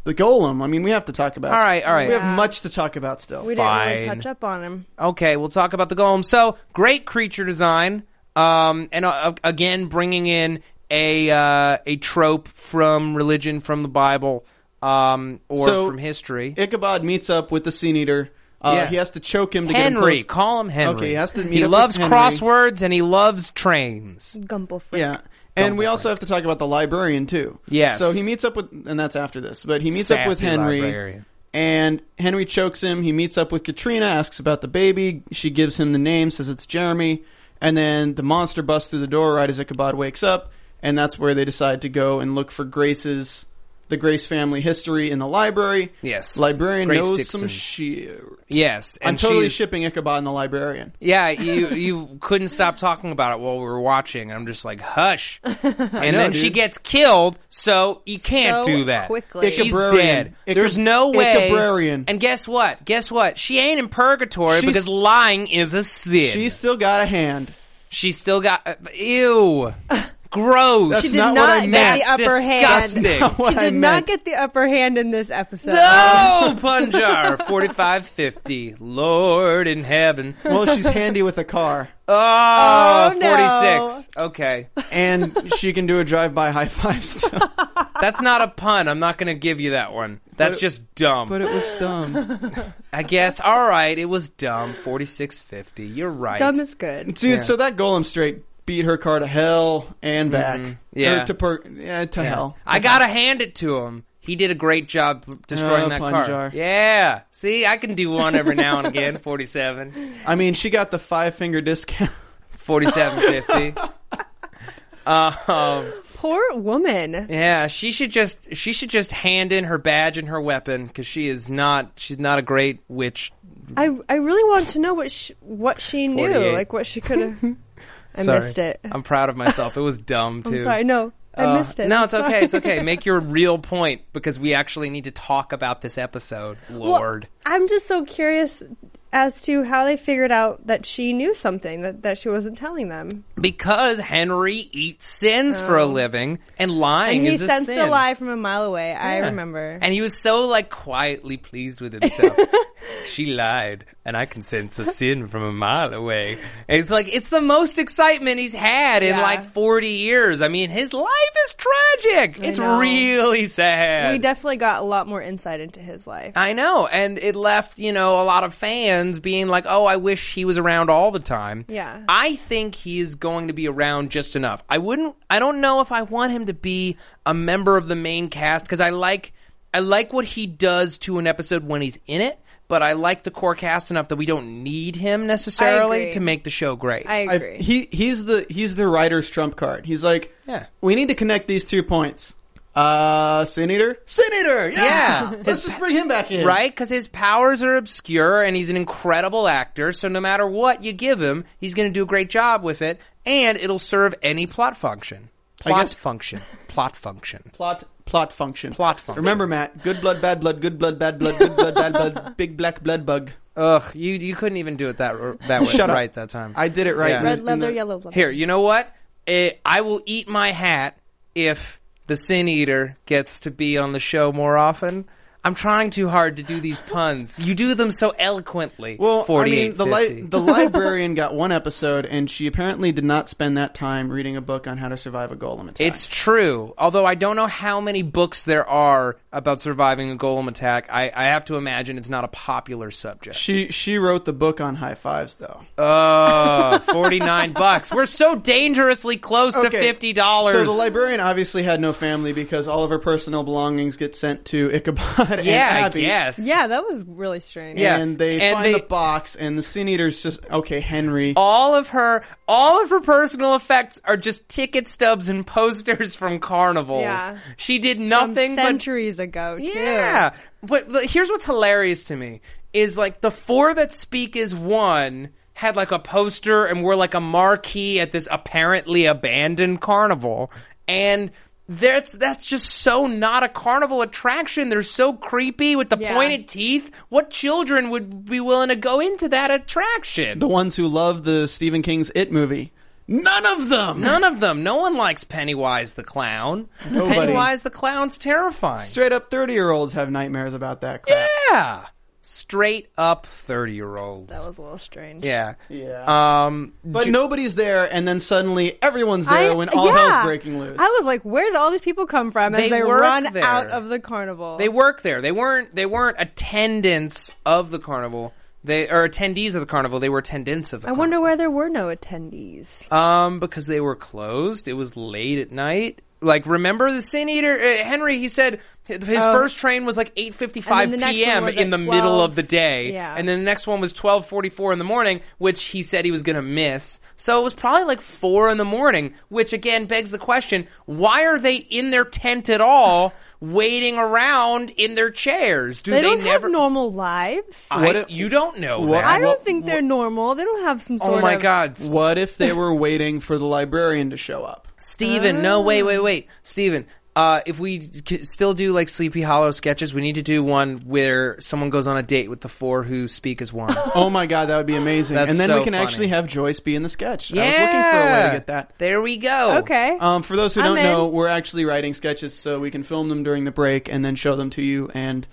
the golem. I mean, we have to talk about. all right, all right, We have much to talk about still. we didn't really fine. touch up on him. okay. We'll talk about the golem. So great creature design, um, and uh, again bringing in a uh, a trope from religion, from the Bible, um, or So- from history. Ichabod meets up with the Sin Eater. Uh, Yeah. He has to choke him to Henry, get him close. call him Henry. Okay, he has to meet he up with loves Henry. crosswords and he loves trains. Gumble freak. Yeah. And we also have to talk about the librarian too. Yes. So he meets up with, and that's after this. But he meets up with Sassy Henry, librarian. and Henry chokes him. He meets up with Katrina, asks about the baby. She gives him the name, says it's Jeremy, and then the monster busts through the door right as Ichabod wakes up, and that's where they decide to go and look for Grace's, the Grace family history in the library. Yes. Librarian Grace knows Dixon. some shit. Yes, and I'm totally she's- shipping Ichabod and the librarian. Yeah, you you couldn't stop talking about it while we were watching. I'm just like, hush. And then she dude. gets killed, so you can't So do that. quickly. She's Icabrarian. dead. Ica- There's no way. Icabrarian. And guess what? Guess what? She ain't in purgatory She's- because lying is a sin. She's still got a hand. she still got. uh, ew. Gross. That's She did not not, what I get meant. the upper disgusting. hand. What She I did not meant. get the upper hand in this episode. No, Punjar, forty-five fifty. Lord in heaven. Oh, Well, she's handy with a car, Oh, no. 46. Okay, and she can do a drive-by high five. Still. that's not a pun. I'm not going to give you that one. That's just dumb. But it was dumb, I guess. All right, it was dumb. Forty-six fifty. You're right. Dumb is good. dude. So that golem straight beat her car to hell and back. Mm-hmm. Yeah. Or to per- yeah, to Yeah. hell. I gotta hand it to him. He did a great job destroying Oh, that car. Punjar. Yeah. See, I can do one every now and again. Forty-seven. I mean, she got the five-finger discount. Forty-seven fifty. Um, Poor woman. yeah, she should just she should just hand in her badge and her weapon because she is not she's not a great witch. I I really want to know what she, what she knew, 48. like what she could have. I Sorry. missed it. I'm proud of myself. It was dumb I'm too. sorry. No, I Uh, missed it. No, I'm it's okay. It's sorry. okay. Make your real point because we actually need to talk about this episode, Well, Lord. I'm just so curious as to how they figured out that she knew something that, that she wasn't telling them. because Henry eats sins for a living, and lying Oh. And he is a sensed sin. a lie from a mile away. I Yeah. remember. And he was so like quietly pleased with himself. she lied, and I can sense a sin from a mile away. And it's like it's the most excitement he's had in Yeah. like forty years. I mean, his life is tragic. it's know. really sad. we definitely got a lot more insight into his life. I know, and it left you know a lot of fans being like, "Oh, I wish he was around all the time." Yeah. I think he is going to be around just enough. I wouldn't. I don't know if I want him to be a member of the main cast because I like I like what he does to an episode when he's in it, but I like the core cast enough that we don't need him necessarily agree. to make the show great. I I- agree. he he's the he's the writer's trump card. He's like, Yeah. we need to connect these two points. Uh, Sin Eater, Sin Eater, yeah. Yeah. Let's just bring him back in, Right? Because his powers are obscure and he's an incredible actor, so no matter what you give him, he's going to do a great job with it, and it'll serve any plot function. Plot guess- function. Plot function. Plot plot function. Plot function. Remember, Matt. Good blood, bad blood. Good blood, bad blood. Good blood, bad blood. Big black blood bug. Ugh, you you couldn't even do it that r- that way Shut up. right that time. I did it right. Yeah. in the- Red in leather, the- yellow leather. Here, you know what? Eh, I will eat my hat if the Sin Eater gets to be on the show more often. I'm trying too hard to do these puns. You do them so eloquently. Well, I 48, mean, the, li- the librarian got one episode, and she apparently did not spend that time reading a book on how to survive a golem attack. It's true. Although I don't know how many books there are about surviving a golem attack. I, I have to imagine it's not a popular subject. she she wrote the book on high fives though. Uh, 49 bucks. We're so dangerously close to $50. So the librarian obviously had no family because all of her personal belongings get sent to Ichabod. yeah, and I Abby. guess. Yeah, that was really strange. Yeah. And they And find they- Oh. the box, and the sin eater's just okay. Henry, all of her all of her personal effects are just ticket stubs and posters from carnivals. Yeah. She did From nothing but centuries ago, too. Yeah. But, but here's what's hilarious to me is like the four that speak is one had like a poster and were like a marquee at this apparently abandoned carnival and that's that's just so not a carnival attraction. They're so creepy with the Yeah. pointed teeth. What children would be willing to go into that attraction? the ones who love the Stephen King's It movie, none of them. None of them. No one likes Pennywise the clown. Nobody. Pennywise the clown's terrifying. Straight up, thirty-year-olds have nightmares about that crap. yeah. Straight up 30 year olds. That was a little strange. Yeah. Yeah. Um, but nobody's there, and then suddenly everyone's there when all yeah. hell's breaking loose. I was like, where did all these people come from They as they work run there. out of the carnival? they work there. They weren't. They weren't attendants of the carnival. They or attendees of the carnival. They were attendants of the. I wonder why there were no attendees. Um, because they were closed. It was late at night. Like, remember the Sin Eater uh, Henry? He said his first train was like eight fifty five Oh. And then the next p.m. one was in the at middle 12. of the day, Yeah. and then the next one was twelve forty four in the morning, which he said he was going to miss. So it was probably like four in the morning, which again begs the question: Why are they in their tent at all, waiting around in their chairs? Do They, they, don't never? have normal lives. I- What if- you don't know. what- that. I don't Wha- think they're normal. They don't have some sort oh of. my God! What if they were waiting for the librarian to show up? Steven, no, wait, Ah. wait, wait. Steven, uh, if we c- still do like Sleepy Hollow sketches, we need to do one where someone goes on a date with the four who speak as one. Oh my god, that would be amazing. That's and then so we can funny. actually have Joyce be in the sketch. yeah. I was looking for a way to get that. There we go. Okay. Um, for those who I'm don't know, in. we're actually writing sketches so we can film them during the break and then show them to you and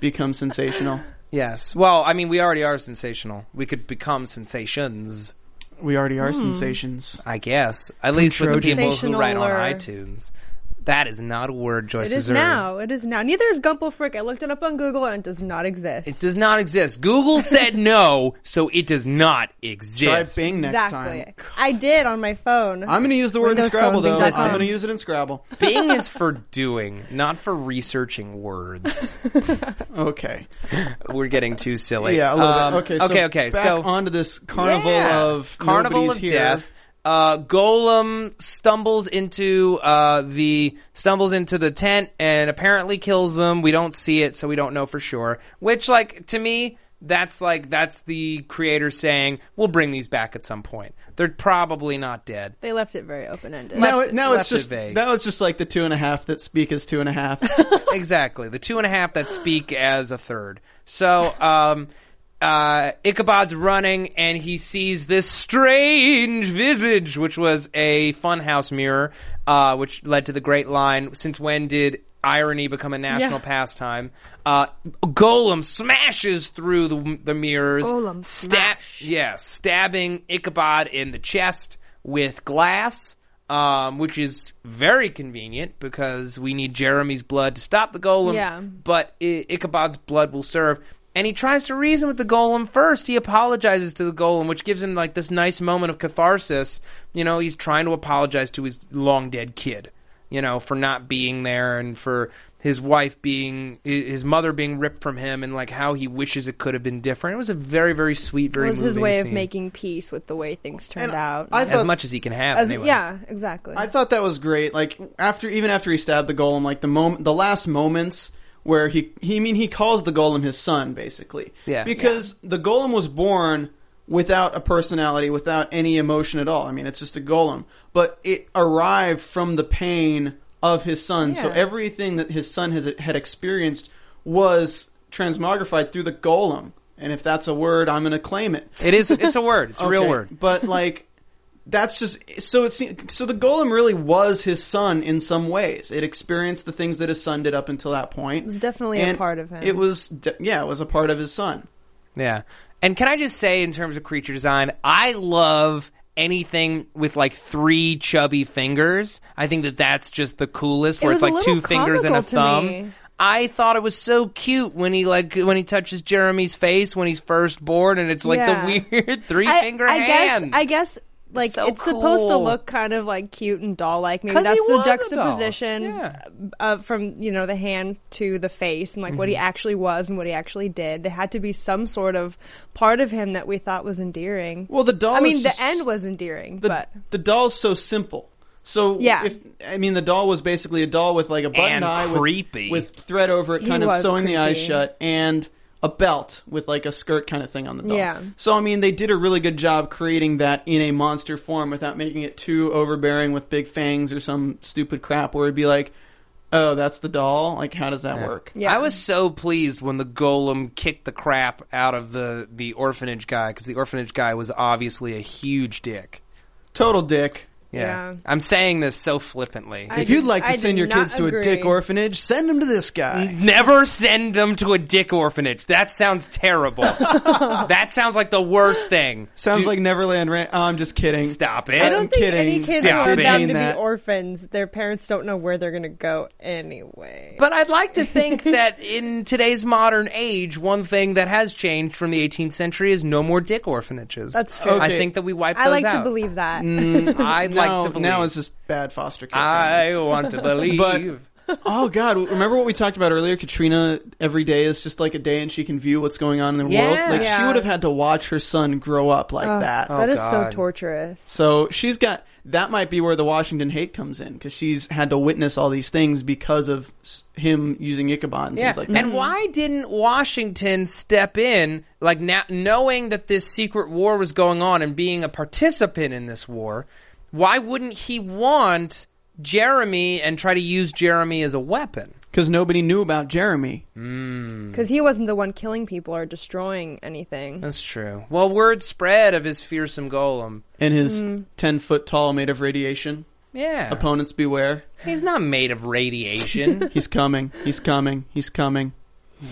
become sensational. Yes. Well, I mean, we already are sensational. We could become sensations, We already Hmm. are sensations. I guess. At least with the Trojan. people who write on Sensationalur. iTunes. That is not a word Joyce it is Zuri- now. It is now. Neither is Gumple Frick. I looked it up on Google and it does not exist. It does not exist. Google said no, so it does not Try exist. Bing next exactly. time. I did on my phone. I'm going to use the word in Windows Phone, Scrabble Bing though. dot com. I'm going to use it in Scrabble. Bing is for doing, not for researching words. Okay. we're getting too silly. Yeah, a little Um, bit. Okay. So okay, okay. Back so onto this carnival Yeah. of carnival of nobody's here. death. Uh, Golem stumbles into uh, the stumbles into the tent and apparently kills them. We don't see it, so we don't know for sure. Which, like to me, that's like that's the creator saying we'll bring these back at some point. They're probably not dead. they left it very open ended. Now, Left- it, now it's left it just vague. now it's just like the two and a half that speak as two and a half. exactly. The two and a half that speak as a third. So, um, uh, Ichabod's running and he sees this strange visage, which was a funhouse mirror, uh, which led to the great line since when did irony become a national Yeah. pastime? Uh, Golem smashes through the, the mirrors. Golem smash. Yeah, stabbing Ichabod in the chest with glass, um, which is very convenient because we need Jeremy's blood to stop the golem. Yeah. But I- Ichabod's blood will serve. And he tries to reason with the golem first. He apologizes to the golem, which gives him like this nice moment of catharsis. You know, he's trying to apologize to his long dead kid. You know, for not being there and for his wife being hi- his mother being ripped from him and like how he wishes it could have been different. It was a very very sweet, It very was his moving way of scene. making peace with the way things turned out. I as thought- much as he can have As- anyway. Yeah, exactly. I thought that was great. Like after, even after he stabbed the golem, like the moment, the last moments where he, he, I mean, he calls the golem his son, basically. Yeah. Because the golem was born without a personality, without any emotion at all. I mean, it's just a golem, but it arrived from the pain of his son. So Yeah. everything that his son has had experienced was transmogrified through the golem. And if that's a word, I'm going to claim it. It is. It's a word. It's a real Okay, word. But like that's just so it seems, so the golem really was his son in some ways. It experienced the things that his son did up until that point. It was definitely a part of him. It was de- yeah, it was a part of his son. Yeah. And can I just say, in terms of creature design, I love anything with like three chubby fingers. I think that that's just the coolest, where It it's was a like two little fingers and a comical to thumb. me. I thought it was so cute when he like when he touches Jeremy's face when he's first born, and it's like Yeah. the weird three I- finger I hand. Guess, I guess like it's, so supposed to cool. look kind of like cute and doll like. Maybe 'Cause he that's the was a doll. juxtaposition Yeah. uh, from you know the hand to the face and like what he Mm-hmm. actually was and what he actually did. There had to be some sort of part of him that we thought was endearing. Well, the doll I mean, is the just- end was endearing, The but the doll's so simple. So Yeah. if I mean the doll was basically a doll with like a button And eye with- creepy. With, thread over it, He kind of was sewing the eyes creepy. shut and a belt with like a skirt kind of thing on the doll. Yeah. So I mean they did a really good job creating that in a monster form without making it too overbearing with big fangs or some stupid crap where it'd be like, Oh, that's the doll? Like how does that work? yeah, I was so pleased when the golem kicked the crap out of the the orphanage guy because the orphanage guy was obviously a huge dick. Total dick. Yeah. Yeah. I'm saying this so flippantly. I if you'd did- like to I send did your not kids to a agree. Mm-hmm. dick orphanage, send them to this guy. Never send them to a dick orphanage. That sounds terrible. that sounds like the worst thing. Sounds Do- like Neverland Ranch. Oh, I'm just kidding. Stop it. I don't I'm think kidding. any kids Stop are it. bound Mean to that. be orphans. Their parents don't know where they're going to go anyway. But I'd like to think that in today's modern age, one thing that has changed from the 18th century is no more dick orphanages. That's true. I Okay. think that we wiped I those like out. to believe that. Mm, I'd now, like to believe. now it's just bad foster care. I want to believe. But- oh god, remember what we talked about earlier? Katrina every day is just like a day, and she can view what's going on in the Yeah. world. Like she Yeah. would have had to watch her son grow up like that. that is Oh, God. so torturous. So she's got that might be where the Washington hate comes in because she's had to witness all these things because of s- him using Ichabod and Yeah. things like that. and why didn't Washington step in, like now, knowing that this secret war was going on and being a participant in this war? Why wouldn't he want Jeremy and try to use Jeremy as a weapon? Because nobody knew about Jeremy. Because he wasn't the one killing people or destroying anything. That's true. Well, word spread of his fearsome golem. And his Mm. ten foot tall, made of radiation. Yeah, Opponents beware! he's not made of radiation. He's coming! He's coming! He's coming!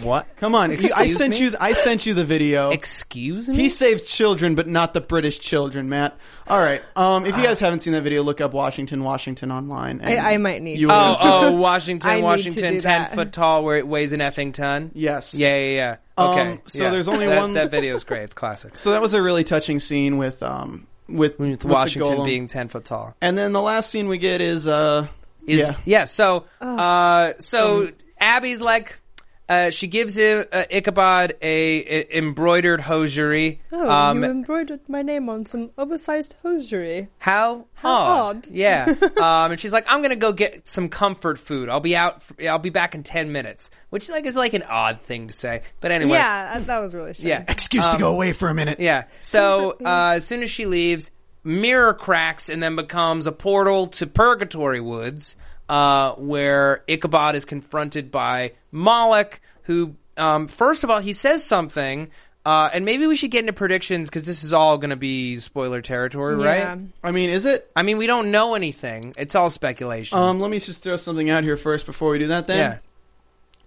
what? Come on! You- I Excuse sent me? you. I sent you the video. Excuse me. He saves children, but not the British children, Matt. All right. Um, if you guys haven't seen that video, look up Washington, Washington online. and I- I might need you to. will Oh, enjoy it. oh, Washington, I need to Washington, do ten that. foot tall, where it weighs an effing ton. Yes. Yeah, yeah, yeah. Um, Okay. so yeah. there's only That- one- That video's great. It's classic. So that was a really touching scene with um with, with the Washington golem. being ten foot tall. And then the last scene we get is uh Is yeah. Um, yeah. so uh, so Abby's like. Uh, she gives him, uh, Ichabod a, a embroidered hosiery. Oh, Um, you embroidered my name on some oversized hosiery. how How odd. odd. Yeah. um, and she's like, I'm gonna go get some comfort food. I'll be out. f I'll be back in ten minutes, which like is like an odd thing to say. But anyway, Yeah, uh, that- that was really strange. yeah. Um, excuse to go away for a minute. Yeah. So uh, as soon as she leaves, mirror cracks and then becomes a portal to Purgatory Woods, uh, where Ichabod is confronted by Moloch, who um, first of all he says something. Uh, and maybe we should get into predictions because this is all going to be spoiler territory, Yeah. right? I mean, is it? I mean, we don't know anything; it's all speculation. Um, let me just throw something out here first before we do that. Then.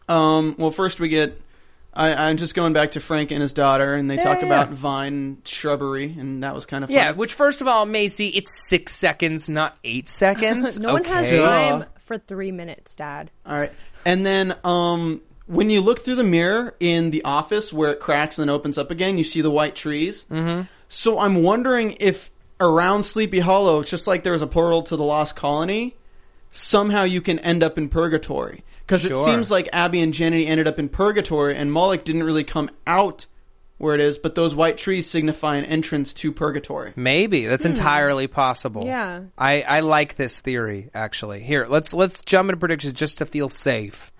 yeah, Um, well, first we get. I, I'm just going back to Frank and his daughter, and they talk yeah. about vine shrubbery, and that was kind of yeah. fun. Which, first of all, Macy, it's six seconds, not eight seconds. No one has Okay. time for three minutes, Dad. All right. And then um, when you look through the mirror in the office where it cracks and then opens up again, you see the white trees. Mm-hmm. So I'm wondering if around Sleepy Hollow, just like there was a portal to the Lost Colony, somehow you can end up in Purgatory. Because it Sure. seems like Abby and Janity ended up in Purgatory, and Moloch didn't really come out where it is, but those white trees signify an entrance to Purgatory. Maybe that's Hmm. entirely possible. Yeah. I, I like this theory actually. Here, let's let's jump into predictions just to feel safe.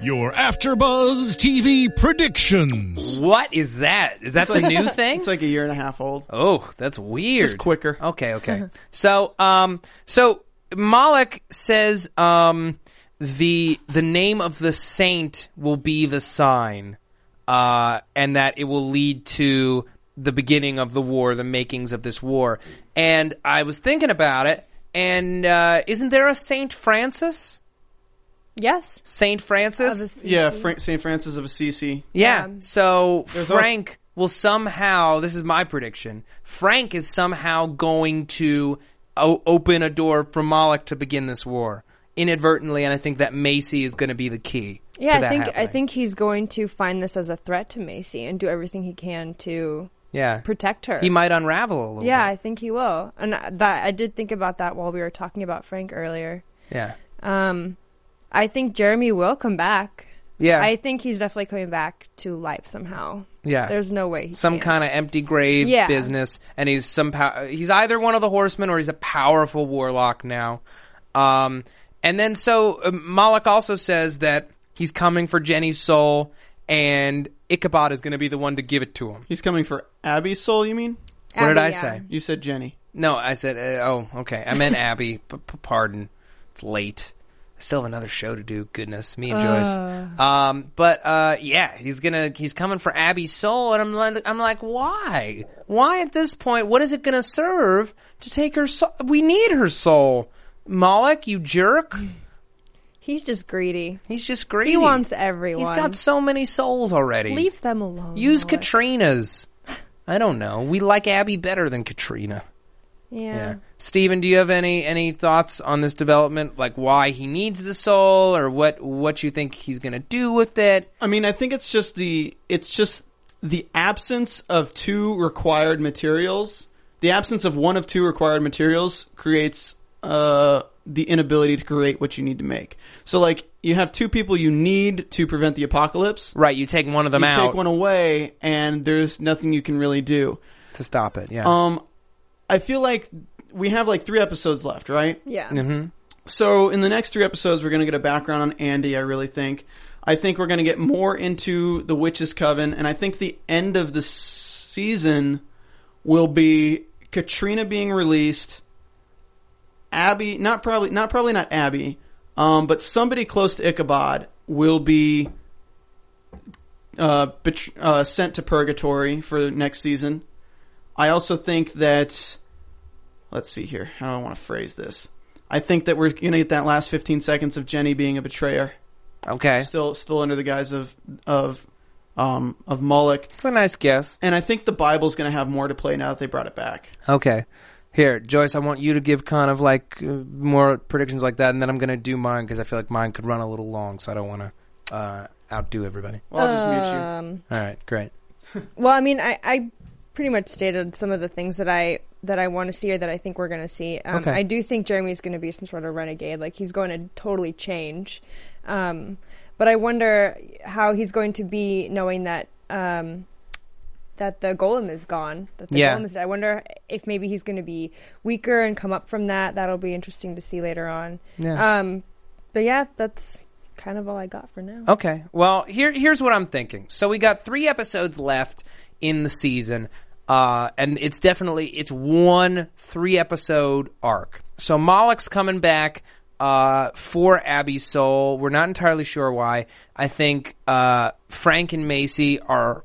Your AfterBuzz TV predictions. What is that? Is that the new thing? It's like a year and a half old. oh, that's weird. Just quicker. Okay, okay. so, um, so Moloch says, um, the the name of the saint will be the sign, uh, and that it will lead to the beginning of the war, the makings of this war. And I was thinking about it, and uh, isn't there a Saint Francis? Yes. Saint Francis? Of the Yeah, CC. Fra- St. Francis of Assisi. Yeah. Um, so also- Frank will somehow. This is my prediction. Frank is somehow going to o- open a door for Moloch to begin this war inadvertently, and I think that Macy is going to be the key. Yeah, to I that think I happening. think he's going to find this as a threat to Macy and do everything he can to Yeah. protect her. He might unravel a little. Yeah, I think he will. And I- that I did think about that while we were talking about Frank earlier. Bit. Yeah. Um, I think Jeremy will come back. Yeah. I think he's definitely coming back to life somehow. yeah. There's no way. He some can't. kind of empty grave Yeah. business, and he's some pow- he's either one of the horsemen or he's a powerful warlock now. Um, and then so uh, Moloch also says that he's coming for Jenny's soul, and Ichabod is going to be the one to give it to him. He's coming for Abby's soul, you mean? What did Abby, I yeah. say? You said Jenny. No, I said uh, oh okay. I meant Abby. P- p- pardon, it's late. I still have another show to do. Goodness, me and Uh. Joyce. Um, but uh, yeah, he's gonna he's coming for Abby's soul, and I'm like I'm like why why at this point? What is it gonna serve to take her soul? We need her soul, Moloch. You jerk. He's just greedy. He's just greedy. He wants everyone. He's got so many souls already. Leave them alone. Use Moloch. Katrina's. I don't know. We like Abby better than Katrina. Yeah. Yeah. Steven, do you have any any thoughts on this development? Like why he needs the soul or what what you think he's going to do with it? I mean, I think it's just the it's just the absence of two required materials. The absence of one of two required materials creates uh, the inability to create what you need to make. So, like, you have two people you need to prevent the apocalypse. Right, you take one of them You out take one away, and there's nothing you can really do. to stop it. Yeah. Um, I feel like we have like three episodes left, right? Yeah. So in the next three episodes, we're going to get a background on Andy. I really think. I think we're going to get more into the Witches Coven, and I think the end of the season will be Katrina being released. Abby, not probably, not probably not Abby, um, but somebody close to Ichabod will be uh, betr- uh, sent to purgatory for next season. I also think that let's see here. How do I want to phrase this? I think that we're gonna get that last 15 seconds of Jenny being a betrayer, okay. still still under the guise of of um, of Moloch. It's a nice guess. And I think the Bible's gonna have more to play now that they brought it back. Okay. Here, Joyce, I want you to give kind of like uh, more predictions like that and then I'm going to do mine cuz I feel like mine could run a little long, so I don't want to uh outdo everybody. Well, I'll just mute you. Um, All right, great. Well, I mean, I, I pretty much stated some of the things that I that I want to see or that I think we're going to see. Um, Okay. I do think Jeremy's going to be some sort of renegade, like he's going to totally change. Um, but I wonder how he's going to be knowing that um, that the golem is gone. That the Yeah. golem is. I wonder if maybe he's going to be weaker and come up from that. That'll be interesting to see later on. Yeah. Um, but yeah, that's kind of all I got for now. Okay. Well, here here's what I'm thinking. So we got three episodes left in the season, uh, and it's definitely it's one three episode arc. So Moloch's coming back uh, for Abby's soul. We're not entirely sure why. I think uh, Frank and Macy are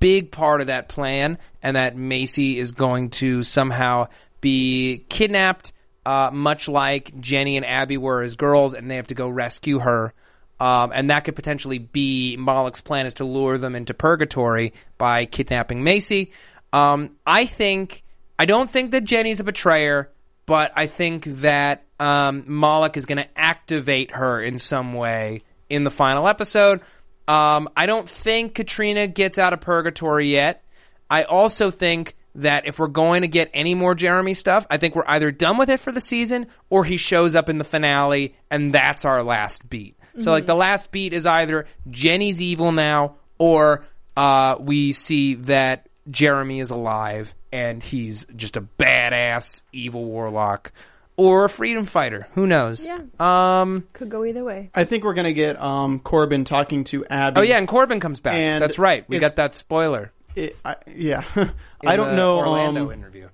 big part of that plan, and that Macy is going to somehow be kidnapped, uh, much like Jenny and Abby were as girls, and they have to go rescue her. Um, and that could potentially be Moloch's plan is to lure them into purgatory by kidnapping Macy. Um, I think I don't think that Jenny's a betrayer, but I think that um, Moloch is going to activate her in some way in the final episode. Um, I don't think Katrina gets out of purgatory yet. I also think that if we're going to get any more Jeremy stuff, I think we're either done with it for the season or he shows up in the finale and that's our last beat. So like the last beat is either Jenny's evil now or uh, we see that Jeremy is alive and he's just a badass evil warlock or a freedom fighter. Who knows? Yeah. Um. Could go either way. I think we're gonna get um, Corbin talking to Abby. Oh yeah, and Corbin comes back. And That's right. We it's- got that spoiler. It- I, yeah. in I don't the know. Orlando um, interview.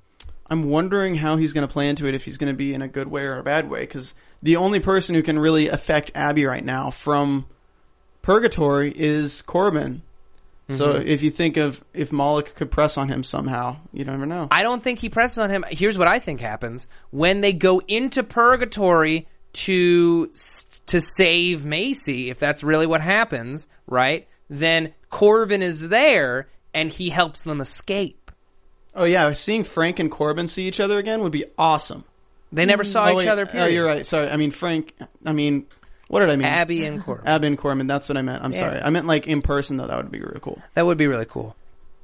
I'm wondering how he's going to play into it if he's going to be in a good way or a bad way because the only person who can really affect Abby right now from Purgatory is Corbin. So Mm-hmm. if you think of if Moloch could press on him somehow, you never know. I don't think he presses on him. Here's what I think happens when they go into purgatory to s- to save Macy, if that's really what happens, right? Then Corbin is there and he helps them escape. oh yeah, seeing Frank and Corbin see each other again would be awesome. They never saw Oh, each wait. other. Oh, Period. you're right. Sorry. I mean Frank. I mean, what did I mean? Abby and Corbin. Abby and Corbin. That's what I meant. I'm sorry. I meant like in person though. That would be really cool. that would be really cool.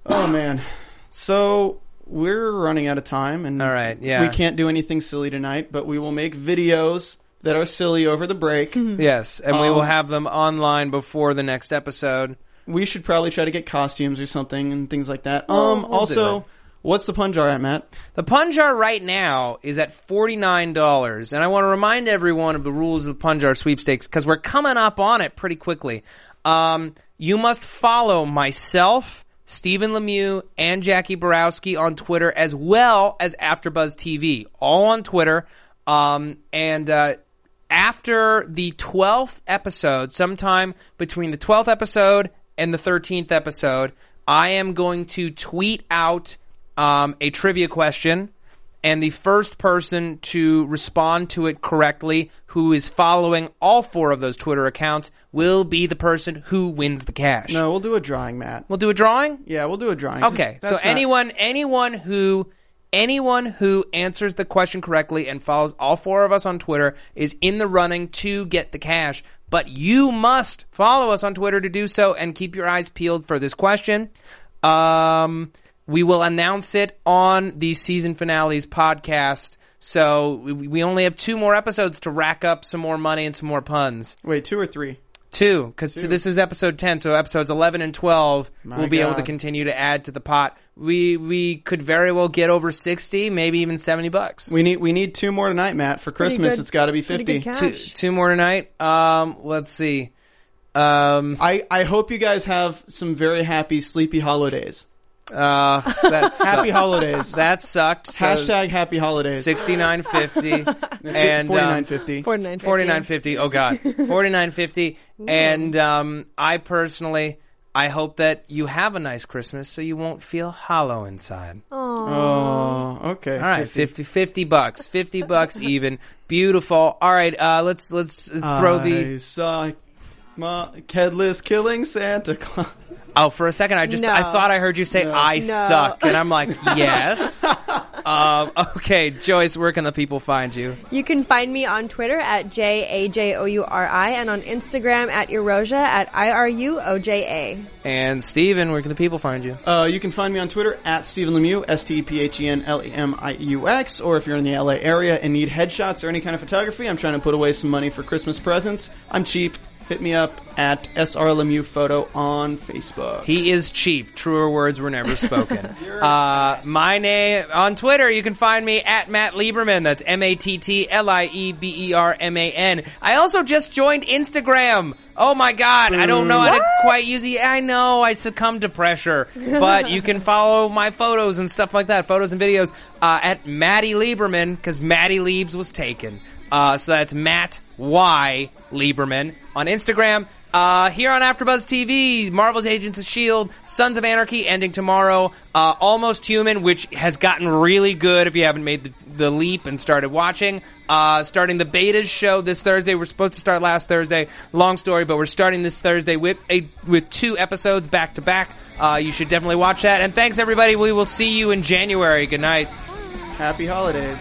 Oh man. So we're running out of time, and All right, yeah. we can't do anything silly tonight. But we will make videos that are silly over the break. Yes, and we will Um, have them online before the next episode. we should probably try to get costumes or something and things like that. we'll do Um. it. also, what's the pun jar at, Matt? The Punjar right now is at $49, and I want to remind everyone of the rules of the Punjar sweepstakes because we're coming up on it pretty quickly. Um, you must follow myself, Stephen Lemieux, and Jackie Borowski on Twitter, as well as AfterBuzz TV, all on Twitter. Um, and uh, after the 12th episode, sometime between the 12th episode and the 13th episode, I am going to tweet out um, a trivia question, and the first person to respond to it correctly, who is following all four of those Twitter accounts, will be the person who wins the cash. No, Uh, we'll do a drawing, Matt. We'll do a drawing? yeah, we'll do a drawing. Okay. That's so not- anyone anyone who anyone who answers the question correctly and follows all four of us on Twitter is in the running to get the cash. But you must follow us on Twitter to do so and keep your eyes peeled for this question. Um we will announce it on the season finales podcast. So we, we only have two more episodes to rack up some more money and some more puns. Wait, two or three. Two, because this is episode ten, so episodes eleven and twelve we'll be able to God. continue to add to the pot. We we could very well get over sixty, maybe even seventy bucks. We need we need two more tonight, Matt. For Pretty Christmas, good- it's got to be pretty fifty. good two, cash. two more tonight. Um, let's see. Um, I I hope you guys have some very happy sleepy holidays. uh, that Happy sucked. holidays. that sucked. So Hashtag happy holidays. sixty nine fifty and forty um, nine fifty. Forty nine. Forty nine fifty. Oh God, forty nine fifty. And um, I personally, I hope that you have a nice Christmas, so you won't feel hollow inside. Oh, okay. All right, 50, 50 bucks, fifty bucks even. Beautiful. All right, uh, let's let's throw I the. saw my headless Uh, killing Santa Claus. Oh, for a second, I just I No. thought I heard you say I suck, and I'm like, yes. um, okay, Joyce, where can the people find you? You can find me on Twitter at J A J O U R I and on Instagram at Erosia at I R U O J A. And Steven, where can the people find you? Uh, you can find me on Twitter at Stephen Lemieux, S T E P H E N L E M I U X, or if you're in the LA area and need headshots or any kind of photography, I'm trying to put away some money for Christmas presents. I'm cheap. Hit me up at SR Lemieux Photo on Facebook. He is cheap. Truer words were never spoken. uh, my name on Twitter, you can find me at Matt Lieberman. That's M A T T L I E B E R M A N. I also just joined Instagram. Oh my God. I don't know how to quite use it. I know I succumbed to pressure, but you can follow my photos and stuff like that, photos and videos, uh, at Matty Lieberman because Matty Liebs was taken. Uh, so that's Matt Y Lieberman on Instagram. Uh, here on AfterBuzz TV, Marvel's Agents of Shield, E Sons of Anarchy ending tomorrow, uh, Almost Human, which has gotten really good if you haven't made the, the leap and started watching. Uh, starting the betas show this Thursday. We're supposed to start last Thursday. Long story, but we're starting this Thursday with a, with two episodes back to back. Uh, you should definitely watch that. And thanks everybody. We will see you in January. Good night. Happy holidays.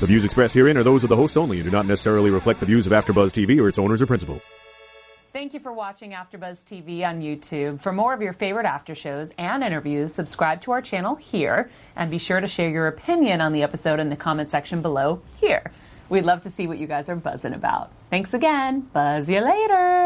The views expressed herein are those of the hosts only and do not necessarily reflect the views of AfterBuzz TV or its owners or principals. Thank you for watching AfterBuzz TV on YouTube. For more of your favorite after shows and interviews, subscribe to our channel here, and be sure to share your opinion on the episode in the comment section below here. We'd love to see what you guys are buzzing about. Thanks again. Buzz you later.